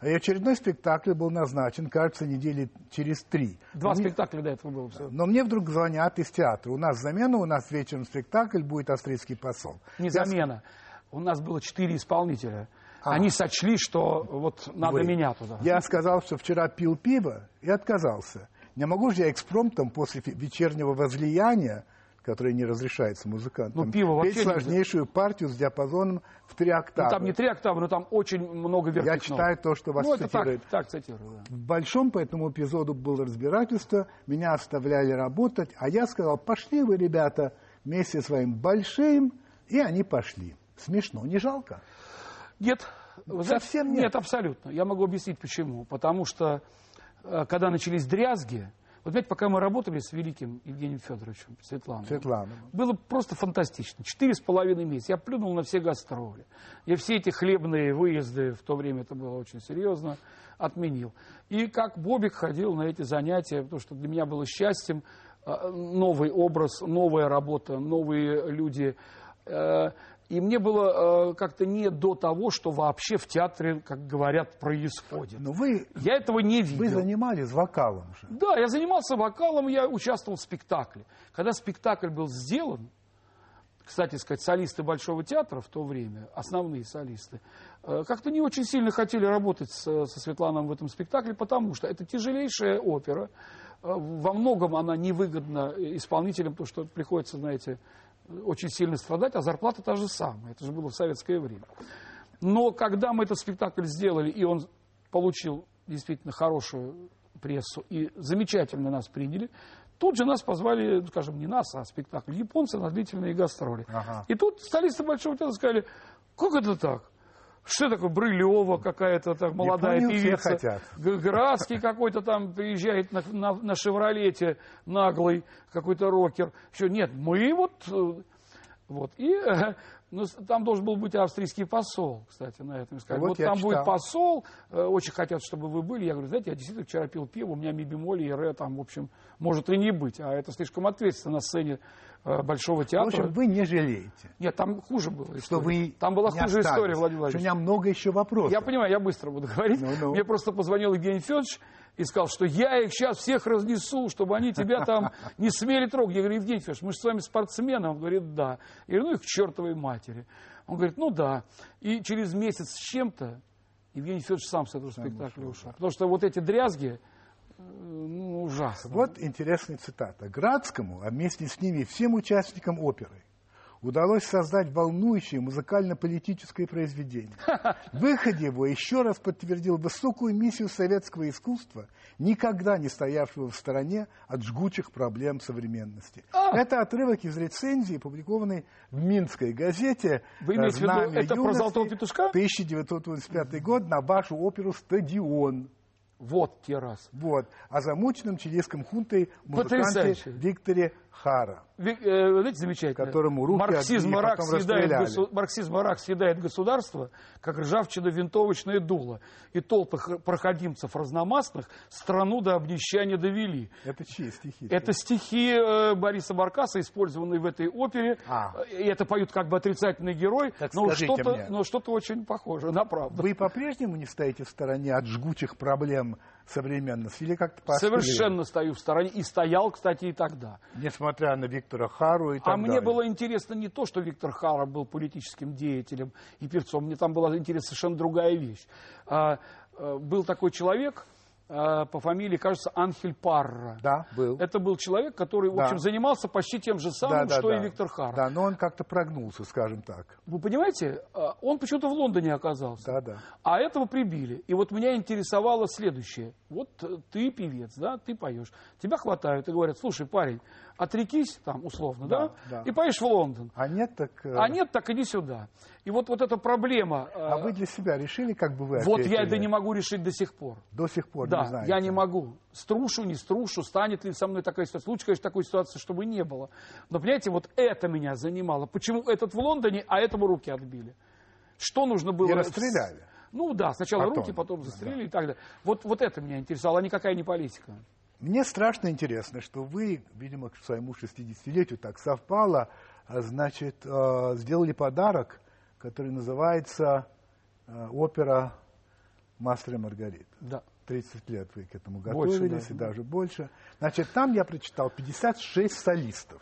S1: И очередной спектакль был назначен, кажется, недели через три.
S2: Два
S1: Мне-
S2: спектакля до этого было всего.
S1: но мне вдруг звонят из театра. У нас замена, у нас вечером спектакль, будет австрийский посол.
S2: Не
S1: Я
S2: замена. У нас было четыре исполнителя.
S1: А.
S2: Они сочли, что вот надо
S1: Вы.
S2: А меня туда.
S1: Я сказал, что вчера пил пиво и отказался. Не могу же я экспромтом после фе- вечернего возлияния, которое не разрешается музыкантам,
S2: Ну, пиво вообще
S1: петь
S2: нельзя.
S1: сложнейшую партию с диапазоном в три
S2: Ну,
S1: октавы.
S2: там не три октавы, но там очень много верхних
S1: Я читаю
S2: нот.
S1: то, что вас
S2: Ну, это
S1: цитирует.
S2: так, так цитирую, да.
S1: В большом по этому эпизоду было разбирательство, меня оставляли работать, а я сказал, пошли вы, ребята, вместе с вами большим, и они пошли. Смешно, не жалко?
S2: Нет. вы знаете,
S1: Совсем нет.
S2: Нет, абсолютно. Я могу объяснить, почему. Потому что, э, когда начались дрязги, вот знаете, пока мы работали с великим Евгением Федоровичем Светлановым,
S1: Светлана.
S2: Было просто фантастично. Четыре с половиной месяца. Я плюнул на все гастроли. Я все эти хлебные выезды, в то время это было очень серьезно, отменил. И как Бобик ходил на эти занятия, потому что для меня было счастьем э, новый образ, новая работа, новые люди. Э, И мне было э, как-то не до того, что вообще в театре, как говорят, происходит.
S1: Но Ну, вы,
S2: Я этого не видел.
S1: вы занимались вокалом же.
S2: Да, я занимался вокалом, я участвовал в спектакле. Когда спектакль был сделан, кстати сказать, солисты Большого театра в то время, основные солисты, э, как-то не очень сильно хотели работать с- со Светланом в этом спектакле, потому что это тяжелейшая опера. Э, Во многом она невыгодна исполнителям, потому что приходится, знаете, очень сильно страдать, а зарплата та же самая. Это же было в советское время. Но когда мы этот спектакль сделали, и он получил действительно хорошую прессу, и замечательно нас приняли, тут же нас позвали, ну, скажем, не нас, а спектакль японцы на длительные гастроли.
S1: Ага.
S2: И тут солисты Большого театра сказали, Как это так? Что такое Брылева какая-то там молодая
S1: понял, все
S2: певица?
S1: хотят.
S2: Г- Градский какой-то там приезжает на, на, на «Шевролете» наглый какой-то рокер. Все, нет, мы вот... э, Вот, и э, ну, с- там должен был быть австрийский посол, кстати, на этом. Сказали,
S1: Вот
S2: вот
S1: я
S2: там будет
S1: читал.
S2: посол, э, очень хотят, чтобы вы были. Я говорю, знаете, я действительно вчера пил пиво, у меня ми бемоль и ре там, в общем, может и не быть. А это слишком ответственно на сцене э, Большого
S1: В
S2: театра.
S1: общем, вы не жалеете,
S2: Нет, там хуже было.
S1: что
S2: история.
S1: вы
S2: Там была
S1: не
S2: хуже история,
S1: остались.
S2: Владимир
S1: Что У
S2: Владимирович.
S1: меня много еще вопросов.
S2: Я понимаю, я быстро буду говорить.
S1: Ну, ну.
S2: Мне просто позвонил Евгений Федорович и сказал, что я их сейчас всех разнесу, чтобы они тебя там не смели трогать. Я говорю, Евгений Федорович, мы же с вами спортсмены. Он говорит, да. Я говорю, ну их к чертовой матери. Он говорит, ну да. И через месяц с чем-то Евгений Федорович сам с этого спектакля ушел. Потому что вот эти дрязги, э, ну, ужасно.
S1: Вот интересная цитата. Градскому, а вместе с ними и всем участникам оперы, удалось создать волнующее музыкально-политическое произведение. Выход его еще раз подтвердил высокую миссию советского искусства, никогда не стоявшего в стороне от жгучих проблем современности.
S2: А!
S1: Это отрывок из рецензии, опубликованной в Минской газете
S2: Вы
S1: э,
S2: имеете в виду,
S1: «Знамя
S2: это про
S1: юности»,
S2: «Золотого петушка»?
S1: 1985 год на вашу оперу «Стадион».
S2: Вот те раз.
S1: Вот. О замученном чилийском хунтой музыканте
S2: Потрясающе.
S1: Викторе Хара.
S2: Ви- э, вот Знаете, замечательно.
S1: Которому руки
S2: марксизм,
S1: отбили,
S2: и рак
S1: потом
S2: съедает
S1: расстреляли.
S2: госу- марксизм и рак съедает государство, как ржавчина винтовочное дуло. И толпы хр- проходимцев разномастных страну до обнищания довели.
S1: Это чьи стихи?
S2: Это стихи э, Бориса Баркаса, использованные в этой опере.
S1: А.
S2: И это поют как бы отрицательный герой,
S1: Так
S2: но
S1: скажите
S2: что-то,
S1: мне.
S2: но что-то очень похоже на правду.
S1: Вы по-прежнему не стоите в стороне от жгучих проблем современности? Или как-то поострее?
S2: Совершенно стою в стороне. И стоял, кстати, и тогда.
S1: Несмотря на Виктора Хару и так
S2: А мне
S1: далее.
S2: было интересно не то, что Виктор Хара был политическим деятелем и певцом. Мне там была интересна совершенно другая вещь. А, э, был такой человек э, по фамилии, кажется, Анхель Парра.
S1: Да, был.
S2: Это был человек, который, в
S1: Да.
S2: общем, занимался почти тем же самым,
S1: Да, да,
S2: что
S1: да.
S2: и Виктор Хара.
S1: Да, но он как-то прогнулся, скажем так.
S2: Вы понимаете, э, он почему-то в Лондоне оказался.
S1: Да, да.
S2: А этого прибили. И вот меня интересовало следующее. Вот э, ты певец, да, ты поешь. Тебя хватают и говорят, слушай, парень, отрекись там, условно, да,
S1: Да, да.
S2: и поешь в Лондон.
S1: А нет, так... э,
S2: А нет, так иди сюда. И вот, вот эта проблема. э,
S1: А вы для себя решили, как бы вы
S2: вот я
S1: ответили?
S2: это не могу решить до сих пор.
S1: До сих пор
S2: да,
S1: не знаете.
S2: я не могу. Струшу, не струшу, станет ли со мной такая ситуация. Лучше, конечно, такой ситуации, чтобы не было. Но, понимаете, вот это меня занимало. Почему этот в Лондоне, а этому руки отбили? Что нужно было...
S1: И расстреляли.
S2: Ну да, сначала
S1: Потом.
S2: руки, потом застрелили и так далее. Вот, вот это меня интересовало, а никакая не политика.
S1: Мне страшно интересно, что вы, видимо, к своему 60-летию так совпало, а, значит, э, сделали подарок, который называется э, опера «Мастер и Маргарита».
S2: Да.
S1: 30 лет вы к этому
S2: Больше,
S1: готовились,
S2: да.
S1: и даже больше. Значит, там я прочитал 56 солистов,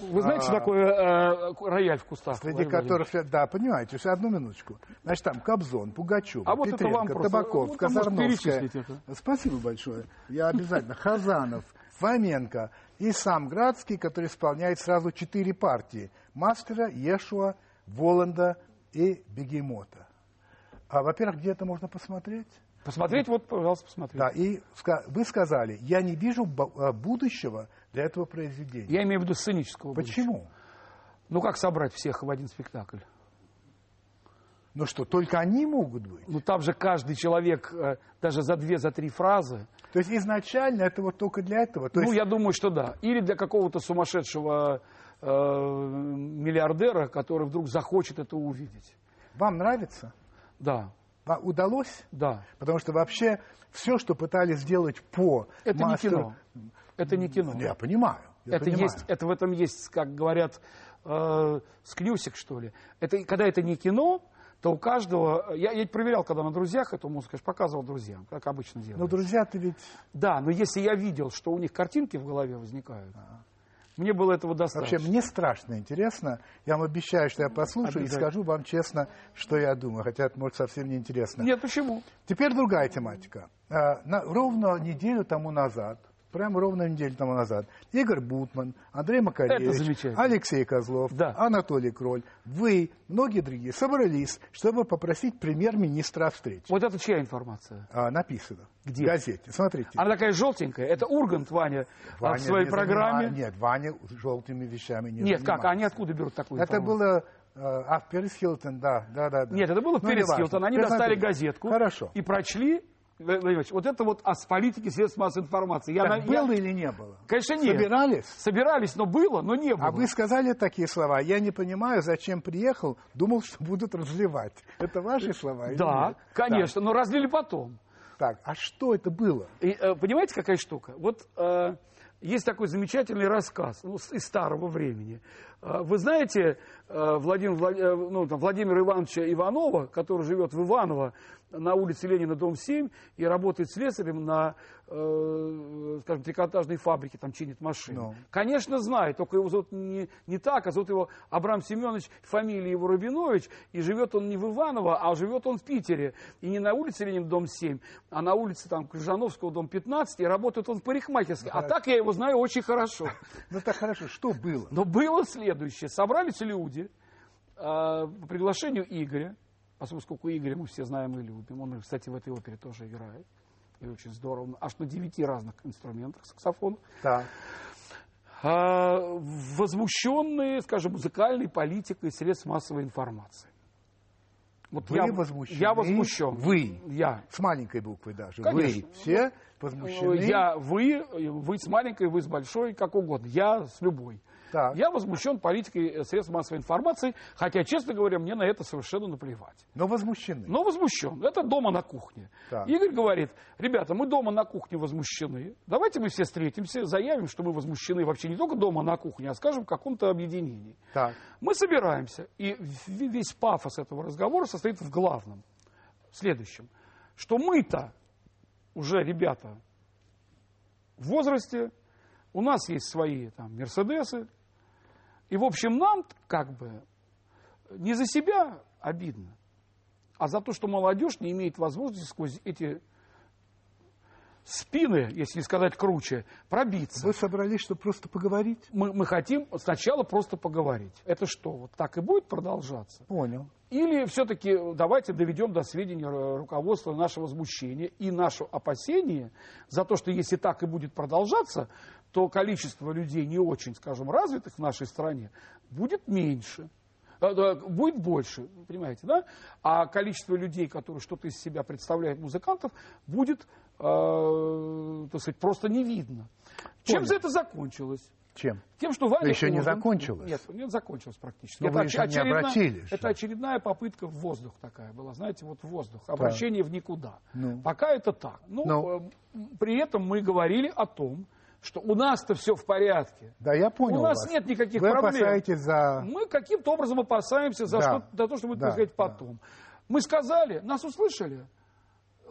S2: Вы знаете, что
S1: А.
S2: такое э, ку- рояль в кустах?
S1: среди
S2: Владимир Владимирович?
S1: которых, да, понимаете, сейчас одну минуточку. Значит, там Кобзон, Пугачев,
S2: А вот это вам
S1: Петренко,
S2: просто, ну,
S1: Табаковская,
S2: там, может,
S1: Казарновская.
S2: перечислить это.
S1: Спасибо большое. Я обязательно. Хазанов, Фоменко и сам Градский, который исполняет сразу четыре партии. Мастера, Ешуа, Воланда и Бегемота. А, во-первых, где это можно посмотреть?
S2: Посмотреть, вот, пожалуйста, посмотрите.
S1: Да, и ска- вы сказали, я не вижу бо- э, будущего для этого произведения.
S2: Я имею в виду сценического. будущего.
S1: Почему?
S2: Ну как собрать всех в один спектакль?
S1: Ну что, только они могут быть?
S2: Ну там же каждый человек э, даже за две, за три фразы.
S1: То есть изначально это вот только для этого? То
S2: ну
S1: есть
S2: я думаю, что да. Или для какого-то сумасшедшего э, миллиардера, который вдруг захочет это увидеть.
S1: вам нравится?
S2: Да,
S1: Ва- удалось?
S2: да.
S1: Потому что вообще все, что пытались сделать по
S2: Это
S1: мастеру...
S2: не кино. Это не кино.
S1: Ну, Я понимаю. Я
S2: это
S1: понимаю.
S2: есть, это в этом есть, как говорят, э, скнюсик, что ли. Это, и когда это не кино, то у каждого... Я, я ведь проверял, когда на «Друзьях» эту музыку, я же показывал друзьям, как обычно делаю.
S1: Но друзья-то ведь...
S2: Да, но если я видел, что у них картинки в голове возникают, мне было этого
S1: Вообще,
S2: достаточно.
S1: мне страшно интересно. Я вам обещаю, что я послушаю и
S2: Обязательно.
S1: скажу вам честно, что я думаю. Хотя это, может, совсем не интересно.
S2: Нет, почему?
S1: Теперь другая тематика. Э, на- ровно неделю тому назад, прямо ровно неделю тому назад, Игорь Бутман, Андрей
S2: Это
S1: Макаревич,
S2: замечательно.
S1: Алексей Козлов,
S2: Да.
S1: Анатолий Кроль, вы, многие другие, собрались, чтобы попросить премьер-министра о встрече.
S2: Вот это чья информация?
S1: А, написано.
S2: Где?
S1: В газете. Смотрите.
S2: Она такая желтенькая. Это Ургант, Ваня, а, в своей
S1: не
S2: программе.
S1: занимал- Нет, Ваня желтыми вещами не
S2: Нет, как?
S1: занимался.
S2: Они откуда берут такую
S1: Это
S2: информацию?
S1: было э, а в Перес Хилтон, да, да, да. да.
S2: Нет, это было
S1: Ну,
S2: перед
S1: неважно.
S2: Хилтон. Они
S1: Перес
S2: достали
S1: Хилтон.
S2: газетку
S1: Хорошо.
S2: и прочли. Владимир Владимирович, вот это вот о с- политике средств массовой информации. Я,
S1: Так
S2: на- я-
S1: было или не было?
S2: Конечно, нет.
S1: Собирались?
S2: Собирались, но было, но не было.
S1: А вы сказали такие слова. Я не понимаю, зачем приехал. Думал, что будут разливать. Это ваши слова? или
S2: Да,
S1: нет?
S2: конечно, но разлили потом.
S1: Так, а что это было?
S2: И, э, понимаете, какая штука? Вот э, есть такой замечательный рассказ ну, с- из старого времени. Э, вы знаете э, Владимир, Вла- э, ну, там, Владимира Ивановича Иванова, который живет в Иваново на улице Ленина, дом 7, и работает слесарем на, э, скажем, трикотажной фабрике, там чинит машины.
S1: Ну.
S2: Конечно, знает, только его зовут не, не так, а зовут его Абрам Семенович, фамилия его Рубинович, и живет он не в Иваново, а живет он в Питере. И не на улице Ленин, дом 7, а на улице там Крыжановского, дом 15, и работает он в парикмахерской. А так я его знаю очень хорошо.
S1: Ну так хорошо, что было?
S2: Но было следующее. Собрались люди э, по приглашению Игоря, особенно сколько Игоря мы все знаем и любим. Он, кстати, в этой опере тоже играет. И очень здорово. Он Аж на девяти разных инструментах саксофонов
S1: Так.
S2: а, возмущенные, скажем, музыкальной политикой средств массовой информации. Вот
S1: Вы
S2: я,
S1: возмущены?
S2: Я возмущен.
S1: Вы?
S2: Я.
S1: С маленькой буквы даже.
S2: Конечно.
S1: Вы все возмущены.
S2: Я, вы, вы с маленькой, вы с большой, как угодно. Я с любой.
S1: Так.
S2: Я возмущен политикой э, средств массовой информации, хотя, честно говоря, мне на это совершенно наплевать.
S1: Но возмущены.
S2: Но возмущен. Это дома на кухне.
S1: Так.
S2: Игорь говорит, ребята, мы дома на кухне возмущены. Давайте мы все встретимся, заявим, что мы возмущены вообще не только дома на кухне, а скажем, в каком-то объединении.
S1: Так.
S2: Мы собираемся, и в- весь пафос этого разговора состоит в главном, в следующем, что мы-то уже, ребята, в возрасте, у нас есть свои там мерседесы, и, в общем, нам как бы не за себя обидно, а за то, что молодежь не имеет возможности сквозь эти спины, если не сказать круче, пробиться
S1: Вы собрались, чтобы просто поговорить?
S2: мы, мы хотим сначала просто поговорить. Это что, вот так и будет продолжаться?
S1: Понял.
S2: Или все-таки давайте доведем до сведения ру- руководства наше возмущение и наше опасение за то, что если так и будет продолжаться, то количество людей не очень, скажем, развитых в нашей стране будет меньше. Э, да, Будет больше, понимаете, да? А количество людей, которые что-то из себя представляют музыкантов, будет, э, так сказать, просто не видно. Чем
S1: Понял.
S2: же это закончилось?
S1: Чем?
S2: Тем, что Ваня...
S1: Еще не
S2: Ургант-
S1: закончилось.
S2: Нет, нет, закончилось практически.
S1: Но вы
S2: оч-
S1: еще не
S2: очередная-
S1: обратились,
S2: Это
S1: что?
S2: очередная попытка в воздух такая была, знаете, вот в воздух. Обращение в никуда.
S1: Ну.
S2: Пока это так. Ну,
S1: Ну.
S2: э, м, при этом мы говорили о том, что у нас-то все в порядке.
S1: Да, я понял
S2: У нас
S1: вас.
S2: нет никаких
S1: Вы
S2: проблем.
S1: опасаетесь за...
S2: Мы каким-то образом опасаемся за,
S1: Да.
S2: что, за то, что будет
S1: Да,
S2: происходить
S1: да.
S2: потом. Мы сказали, нас услышали.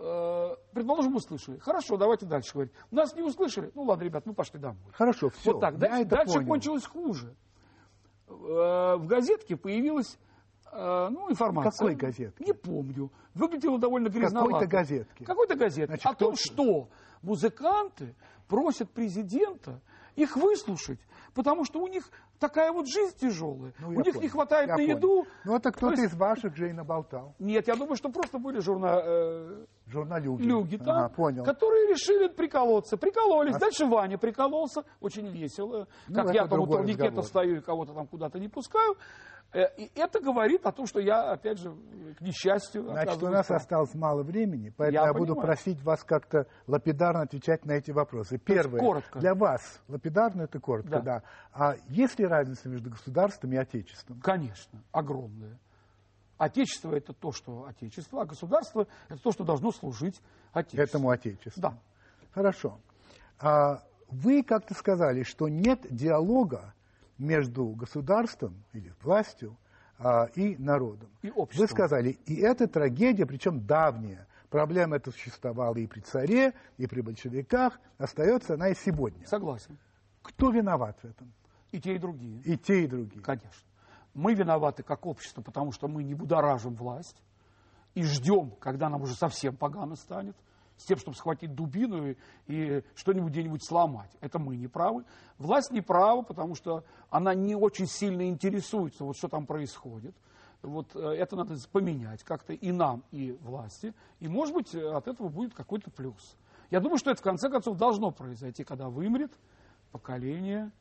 S2: Э, Предположим, услышали. Хорошо, давайте дальше говорить. Нас не услышали. Ну ладно, ребят, мы пошли домой.
S1: Хорошо, все.
S2: Вот так. Дальше, дальше кончилось хуже. Э, В газетке появилась э, ну, информация.
S1: Какой газетке?
S2: Не помню. Выглядело довольно грязновато.
S1: Какой-то газетке.
S2: Какой-то газетке.
S1: Значит,
S2: О том,
S1: кто-то-
S2: что музыканты просят президента их выслушать, потому что у них такая вот жизнь тяжелая.
S1: Ну,
S2: у
S1: я
S2: них не
S1: понял,
S2: хватает
S1: я
S2: на
S1: понял.
S2: еду.
S1: Ну, это кто-то
S2: есть-
S1: из ваших же и наболтал.
S2: Нет, я думаю, что просто были журна... э,
S1: Журналюги.
S2: Люги, да,
S1: Ага, понял. А
S2: которые решили приколоться. Прикололись. Дальше Ваня прикололся. Очень весело.
S1: Ну,
S2: как
S1: это
S2: я там у
S1: другой
S2: турникета
S1: разговор.
S2: стою и кого-то там куда-то не пускаю. Э, И это говорит о том, что я, опять же, к несчастью...
S1: Значит, у
S2: оказываюсь
S1: нас
S2: прав.
S1: осталось мало времени, поэтому
S2: Я
S1: я, буду
S2: понимаю.
S1: просить вас как-то лапидарно отвечать на эти вопросы. Первое.
S2: коротко.
S1: Для вас лапидарно это коротко,
S2: Да.
S1: да. А есть ли разница между государством и отечеством?
S2: Конечно, огромное. Отечество – это то, что отечество, а государство – это то, что должно служить отечеству.
S1: Этому отечеству.
S2: Да.
S1: Хорошо. А вы как-то сказали, что нет диалога между государством или властью а, и народом.
S2: И обществом.
S1: Вы сказали, и это трагедия, причем давняя. Проблема эта существовала и при царе, и при большевиках. Остается она и сегодня.
S2: Согласен.
S1: Кто виноват в этом?
S2: И те, и другие.
S1: И те, и другие.
S2: Конечно. Мы виноваты как общество, потому что мы не будоражим власть и ждем, когда нам уже совсем погано станет, с тем, чтобы схватить дубину и, и что-нибудь где-нибудь сломать. Это мы не правы. Власть не права, потому что она не очень сильно интересуется, вот что там происходит. Вот э, это надо поменять как-то и нам, и власти. И, может быть, э, от этого будет какой-то плюс. Я думаю, что это, в конце концов, должно произойти, когда вымрет поколение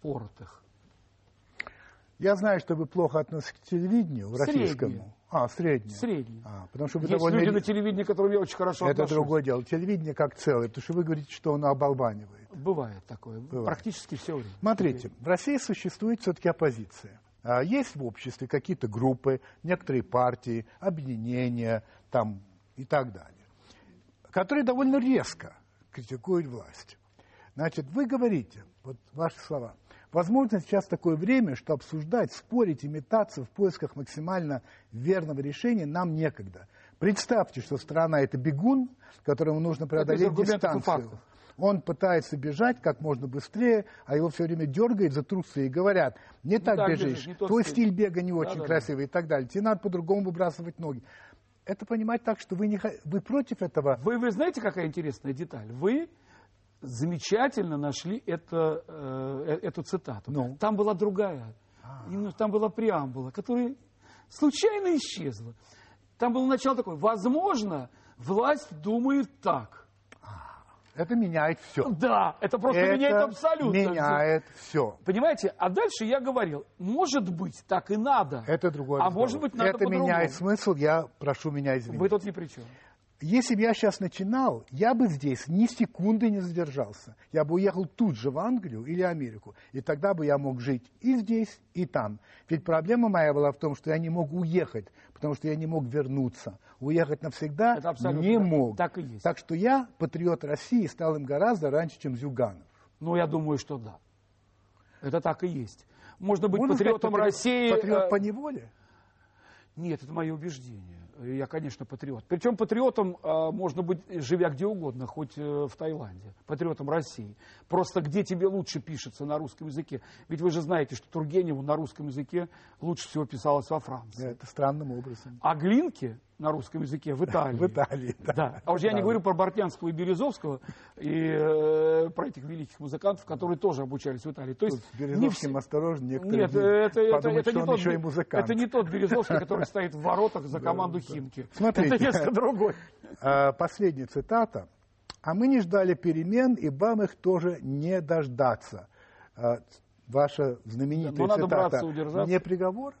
S2: поротых.
S1: Я знаю, что вы плохо относитесь к телевидению, к
S2: Среднее.
S1: российскому. А, среднее.
S2: Средний.
S1: А, потому что вы
S2: Есть
S1: довольно...
S2: люди
S1: ре-
S2: на телевидении, к которым я очень хорошо
S1: Это
S2: отношусь.
S1: другое дело. Телевидение как целое, потому что вы говорите, что оно оболванивает.
S2: Бывает такое. Практически все время.
S1: Смотрите, в России существует все-таки оппозиция. А Есть в обществе какие-то группы, некоторые партии, объединения там, и так далее, которые довольно резко критикуют власть. Значит, вы говорите, вот ваши слова, возможно сейчас такое время, что обсуждать, спорить и метаться в поисках максимально верного решения нам некогда. Представьте, что страна – это бегун, которому нужно преодолеть
S2: аргументов и
S1: дистанцию.
S2: фактов.
S1: Он пытается бежать как можно быстрее, а его все время дергает за трусы и говорят, не так,
S2: так
S1: бежишь,
S2: бежишь, не тот
S1: твой
S2: стиль».
S1: стиль бега не очень
S2: Да-да-да.
S1: красивый и так далее, тебе надо по-другому выбрасывать ноги. Это понимать так, что вы, не, хо- вы против этого
S2: Вы, вы знаете, какая интересная деталь? Вы замечательно нашли это, э, э, эту цитату.
S1: Ну. А.
S2: Там была другая. Немнож- Там была преамбула, которая случайно исчезла. Там было начало такое. Возможно, власть думает так.
S1: это меняет все.
S2: Да, это Ну, просто
S1: это
S2: меняет абсолютно. всё.
S1: меняет все.
S2: Понимаете? А дальше я говорил, может быть, так и надо.
S1: Это другое.
S2: А
S1: разговор.
S2: может быть, надо
S1: Это
S2: по-другому.
S1: меняет смысл, я прошу меня извинить.
S2: Вы тут ни при чем.
S1: Если бы я сейчас начинал, я бы здесь ни секунды не задержался. Я бы уехал тут же в Англию или Америку. И тогда бы я мог жить и здесь, и там. Ведь проблема моя была в том, что я не мог уехать, потому что я не мог вернуться. Уехать навсегда
S2: Это абсолютно
S1: не
S2: так.
S1: мог.
S2: Так и есть.
S1: Так что я, патриот России, стал им гораздо раньше, чем Зюганов.
S2: Ну, я думаю, что да. Это так и есть. Можно быть
S1: Можно сказать,
S2: патриотом
S1: патриот-
S2: России.
S1: Патриот
S2: э,
S1: по неволе?
S2: Нет, это мое убеждение. Я, конечно, патриот. Причем патриотом э, можно быть, живя где угодно, хоть э, в Таиланде, патриотом России. Просто где тебе лучше пишется на русском языке? Ведь вы же знаете, что Тургеневу на русском языке лучше всего писалось во Франции.
S1: Это странным образом.
S2: А Глинке на русском языке в Италии.
S1: В Италии, да.
S2: Да. А уж я не
S1: Да.
S2: говорю про Бортнянского и Березовского, и э, про этих великих музыкантов, которые тоже обучались в Италии. То есть
S1: Тут с
S2: не
S1: Березовским
S2: все-
S1: осторожно, некоторые
S2: Нет,
S1: люди
S2: это, это-
S1: подумают,
S2: это
S1: что
S2: не
S1: он
S2: тот,
S1: еще и
S2: Бе-
S1: музыкант.
S2: это не тот Березовский, который стоит в воротах за команду Химки.
S1: Смотрите.
S2: Это несколько другой.
S1: Э, Последняя цитата. «А мы не ждали перемен, и вам их тоже не дождаться». Э, Ваша
S2: Да,
S1: знаменитая
S2: но Ну, надо
S1: цитата.
S2: браться, удержаться.
S1: Не приговор?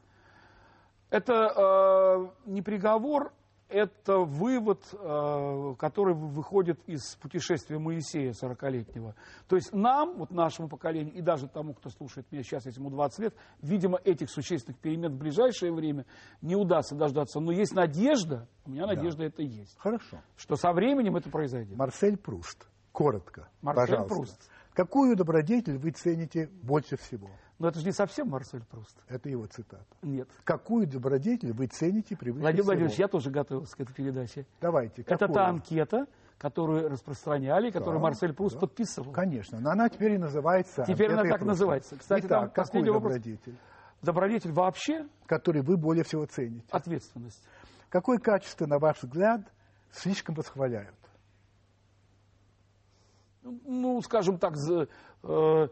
S2: Это э, не приговор, это вывод, э, который вы- выходит из путешествия Моисея 40-летнего. То есть нам, вот нашему поколению, и даже тому, кто слушает меня сейчас, если ему 20 лет, видимо, этих существенных перемен в ближайшее время не удастся дождаться. Но есть надежда, у меня надежда это есть,
S1: Хорошо.
S2: что со временем это произойдет.
S1: Марсель Пруст. Коротко,
S2: Марсель
S1: пожалуйста.
S2: Пруст.
S1: Какую добродетель вы цените больше всего?
S2: Но это же не совсем Марсель Пруст.
S1: Это его цитата.
S2: Нет.
S1: Какую добродетель вы цените превыше
S2: Владимир
S1: всего?
S2: Владимирович, я тоже готовился к этой передаче.
S1: Давайте,
S2: Это
S1: какую?
S2: та анкета, которую распространяли, которую
S1: Да,
S2: Марсель Прус
S1: да.
S2: подписывал.
S1: Конечно, но она теперь и называется...
S2: Теперь она
S1: «Ответы
S2: так
S1: Пруста».
S2: называется. Кстати,
S1: Итак,
S2: там
S1: какую
S2: последний вопрос.
S1: добродетель,
S2: Добродетель вообще
S1: который вы более всего цените?
S2: ответственность.
S1: Какое качество, на ваш взгляд, слишком восхваляют?
S2: Ну, скажем так, за, э, э,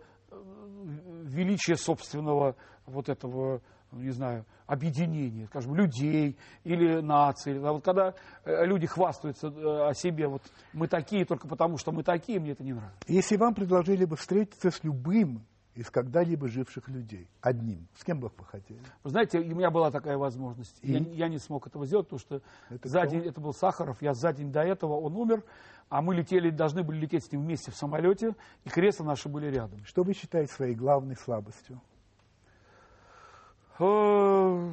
S2: величие собственного вот этого, не знаю, объединения, скажем, людей или наций. Да, вот когда э, люди хвастаются э, о себе, вот мы такие только потому, что мы такие, мне это не нравится.
S1: Если вам предложили бы встретиться с любым из когда-либо живших людей, одним, с кем бы вы хотели?
S2: Вы знаете, у меня была такая возможность. Я,
S1: И?
S2: я не смог этого сделать, потому что
S1: Это
S2: за
S1: кто?
S2: день, это был Сахаров, я за день до этого, он умер, а мы летели, должны были лететь с ним вместе в самолете, и кресла наши были рядом.
S1: Что вы считаете своей главной слабостью?
S2: Э,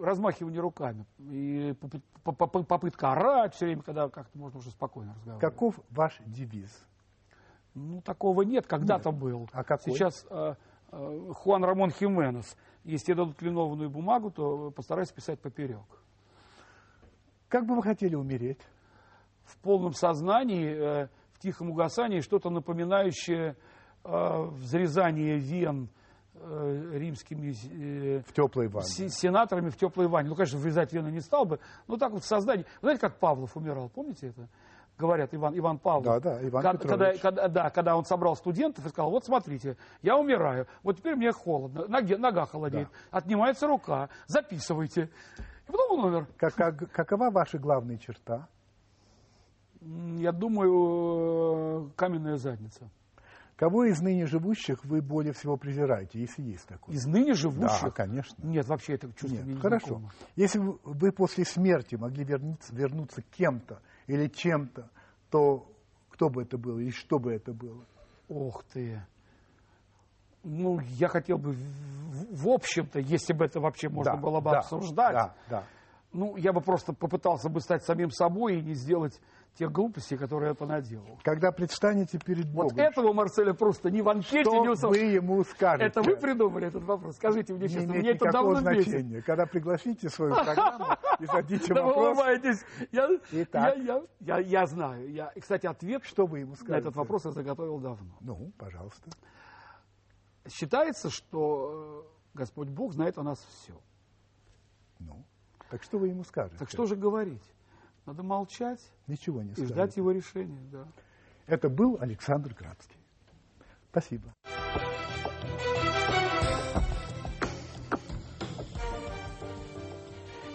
S2: Размахивание руками и поп- поп- поп- попытка орать все время, когда как-то можно уже спокойно разговаривать.
S1: Каков ваш девиз?
S2: Ну, такого нет, когда-то был.
S1: А какой?
S2: Сейчас э, э, Хуан Рамон Хименес. Если тебе дадут линованную бумагу, то постарайся писать поперек.
S1: Как бы вы хотели умереть?
S2: в полном сознании, э, в тихом угасании, что-то напоминающее э, взрезание вен э, римскими э,
S1: В теплой ванне.
S2: се- сенаторами в теплой ванне. Ну, конечно, врезать вены не стал бы, но так вот в сознании. Вы Знаете, как Павлов умирал, помните это? Говорят, Иван, Иван
S1: Да,
S2: Павлов.
S1: да, Иван
S2: Ка- когда,
S1: Петрович.
S2: когда- да, когда он собрал студентов и сказал, вот смотрите, я умираю, вот теперь мне холодно, ноги- нога холодеет, отнимается рука, записывайте. И потом он умер.
S1: Как- как- какова ваша главная черта?
S2: М, Я думаю, э, каменная задница.
S1: Кого из ныне живущих вы более всего презираете, если есть такой?
S2: Из ныне
S1: Да,
S2: живущих?
S1: конечно.
S2: Нет, вообще это чувство
S1: Нет,
S2: мне не
S1: хорошо.
S2: знакомо.
S1: Если вы- вы после смерти могли вернуться, вернуться к кем-то или чем-то, то кто бы это был или что бы это было?
S2: Ох ты. Ну, я хотел бы, в- в, в общем-то, если бы это вообще можно
S1: Да,
S2: было бы
S1: да,
S2: обсуждать,
S1: Да, да.
S2: ну, я бы просто попытался бы стать самим собой и не сделать тех глупостей, которые я понаделал.
S1: Когда предстанете перед
S2: Вот
S1: Богом,
S2: этого Марселя просто ни в анкете,
S1: что
S2: ни у
S1: вы ему скажете?
S2: Это вы придумали этот вопрос? Скажите мне
S1: не
S2: честно,
S1: имеет
S2: мне это
S1: никакого
S2: давно бесит.
S1: значения. Когда пригласите свою программу и зададите
S2: Да вы
S1: вопрос,
S2: улыбаетесь. Я,
S1: Итак.
S2: я, я, я, я знаю. Я, и, кстати, ответ
S1: что вы ему скажете?
S2: на этот вопрос я заготовил давно.
S1: Ну, пожалуйста.
S2: Считается, что э, Господь Бог знает о нас все.
S1: Ну, так что вы ему скажете?
S2: Так что же говорить? Надо молчать
S1: Ничего не
S2: и
S1: скажете.
S2: ждать его решения. Да.
S1: Это был Александр Градский. Спасибо.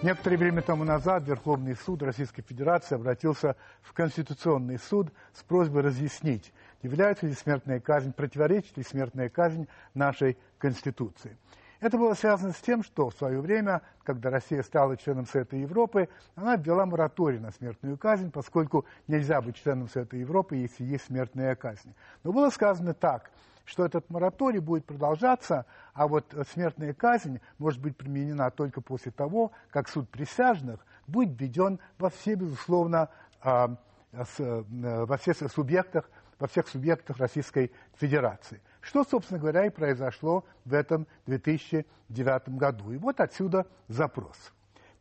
S1: Некоторое время тому назад Верховный суд Российской Федерации обратился в Конституционный суд с просьбой разъяснить, является ли смертная казнь, противоречит ли смертная казнь нашей Конституции. Это было связано с тем, что в свое время, когда Россия стала членом Совета Европы, она ввела мораторий на смертную казнь, поскольку нельзя быть членом Совета Европы, если есть смертная казнь. Но было сказано так, что этот мораторий будет продолжаться, а вот э, смертная казнь может быть применена только после того, как суд присяжных будет введен во все, безусловно, а, с, э, м, во всех субъектах, во всех субъектах Российской Федерации. Что, собственно говоря, и произошло в этом 2009 году. И вот отсюда запрос.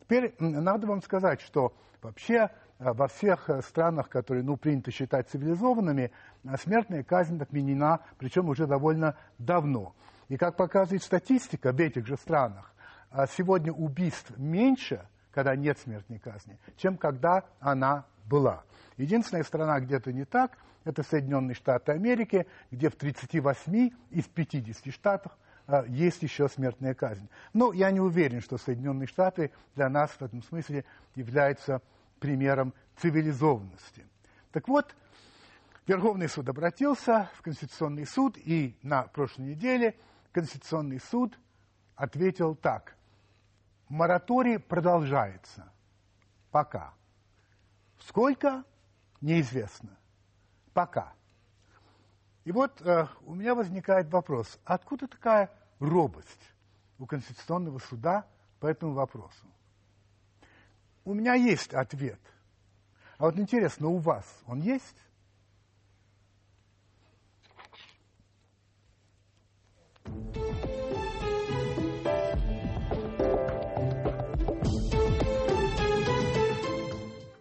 S1: Теперь м, надо вам сказать, что вообще э, во всех э, странах, которые ну, принято считать цивилизованными, э, смертная казнь отменена, причем уже довольно давно. И как показывает статистика в этих же странах, э, сегодня убийств меньше, когда нет смертной казни, чем когда она была. Единственная страна, где это не так, это Соединенные Штаты Америки, где в 38 из 50 штатов а, есть еще смертная казнь. Но я не уверен, что Соединенные Штаты для нас в этом смысле являются примером цивилизованности. Так вот, Верховный суд обратился в Конституционный суд, и на прошлой неделе Конституционный суд ответил так. Мораторий продолжается. Пока. Сколько? Неизвестно. Пока. И вот э, у меня возникает вопрос, откуда такая робость у Конституционного суда по этому вопросу? У меня есть ответ. А вот интересно, у вас он есть?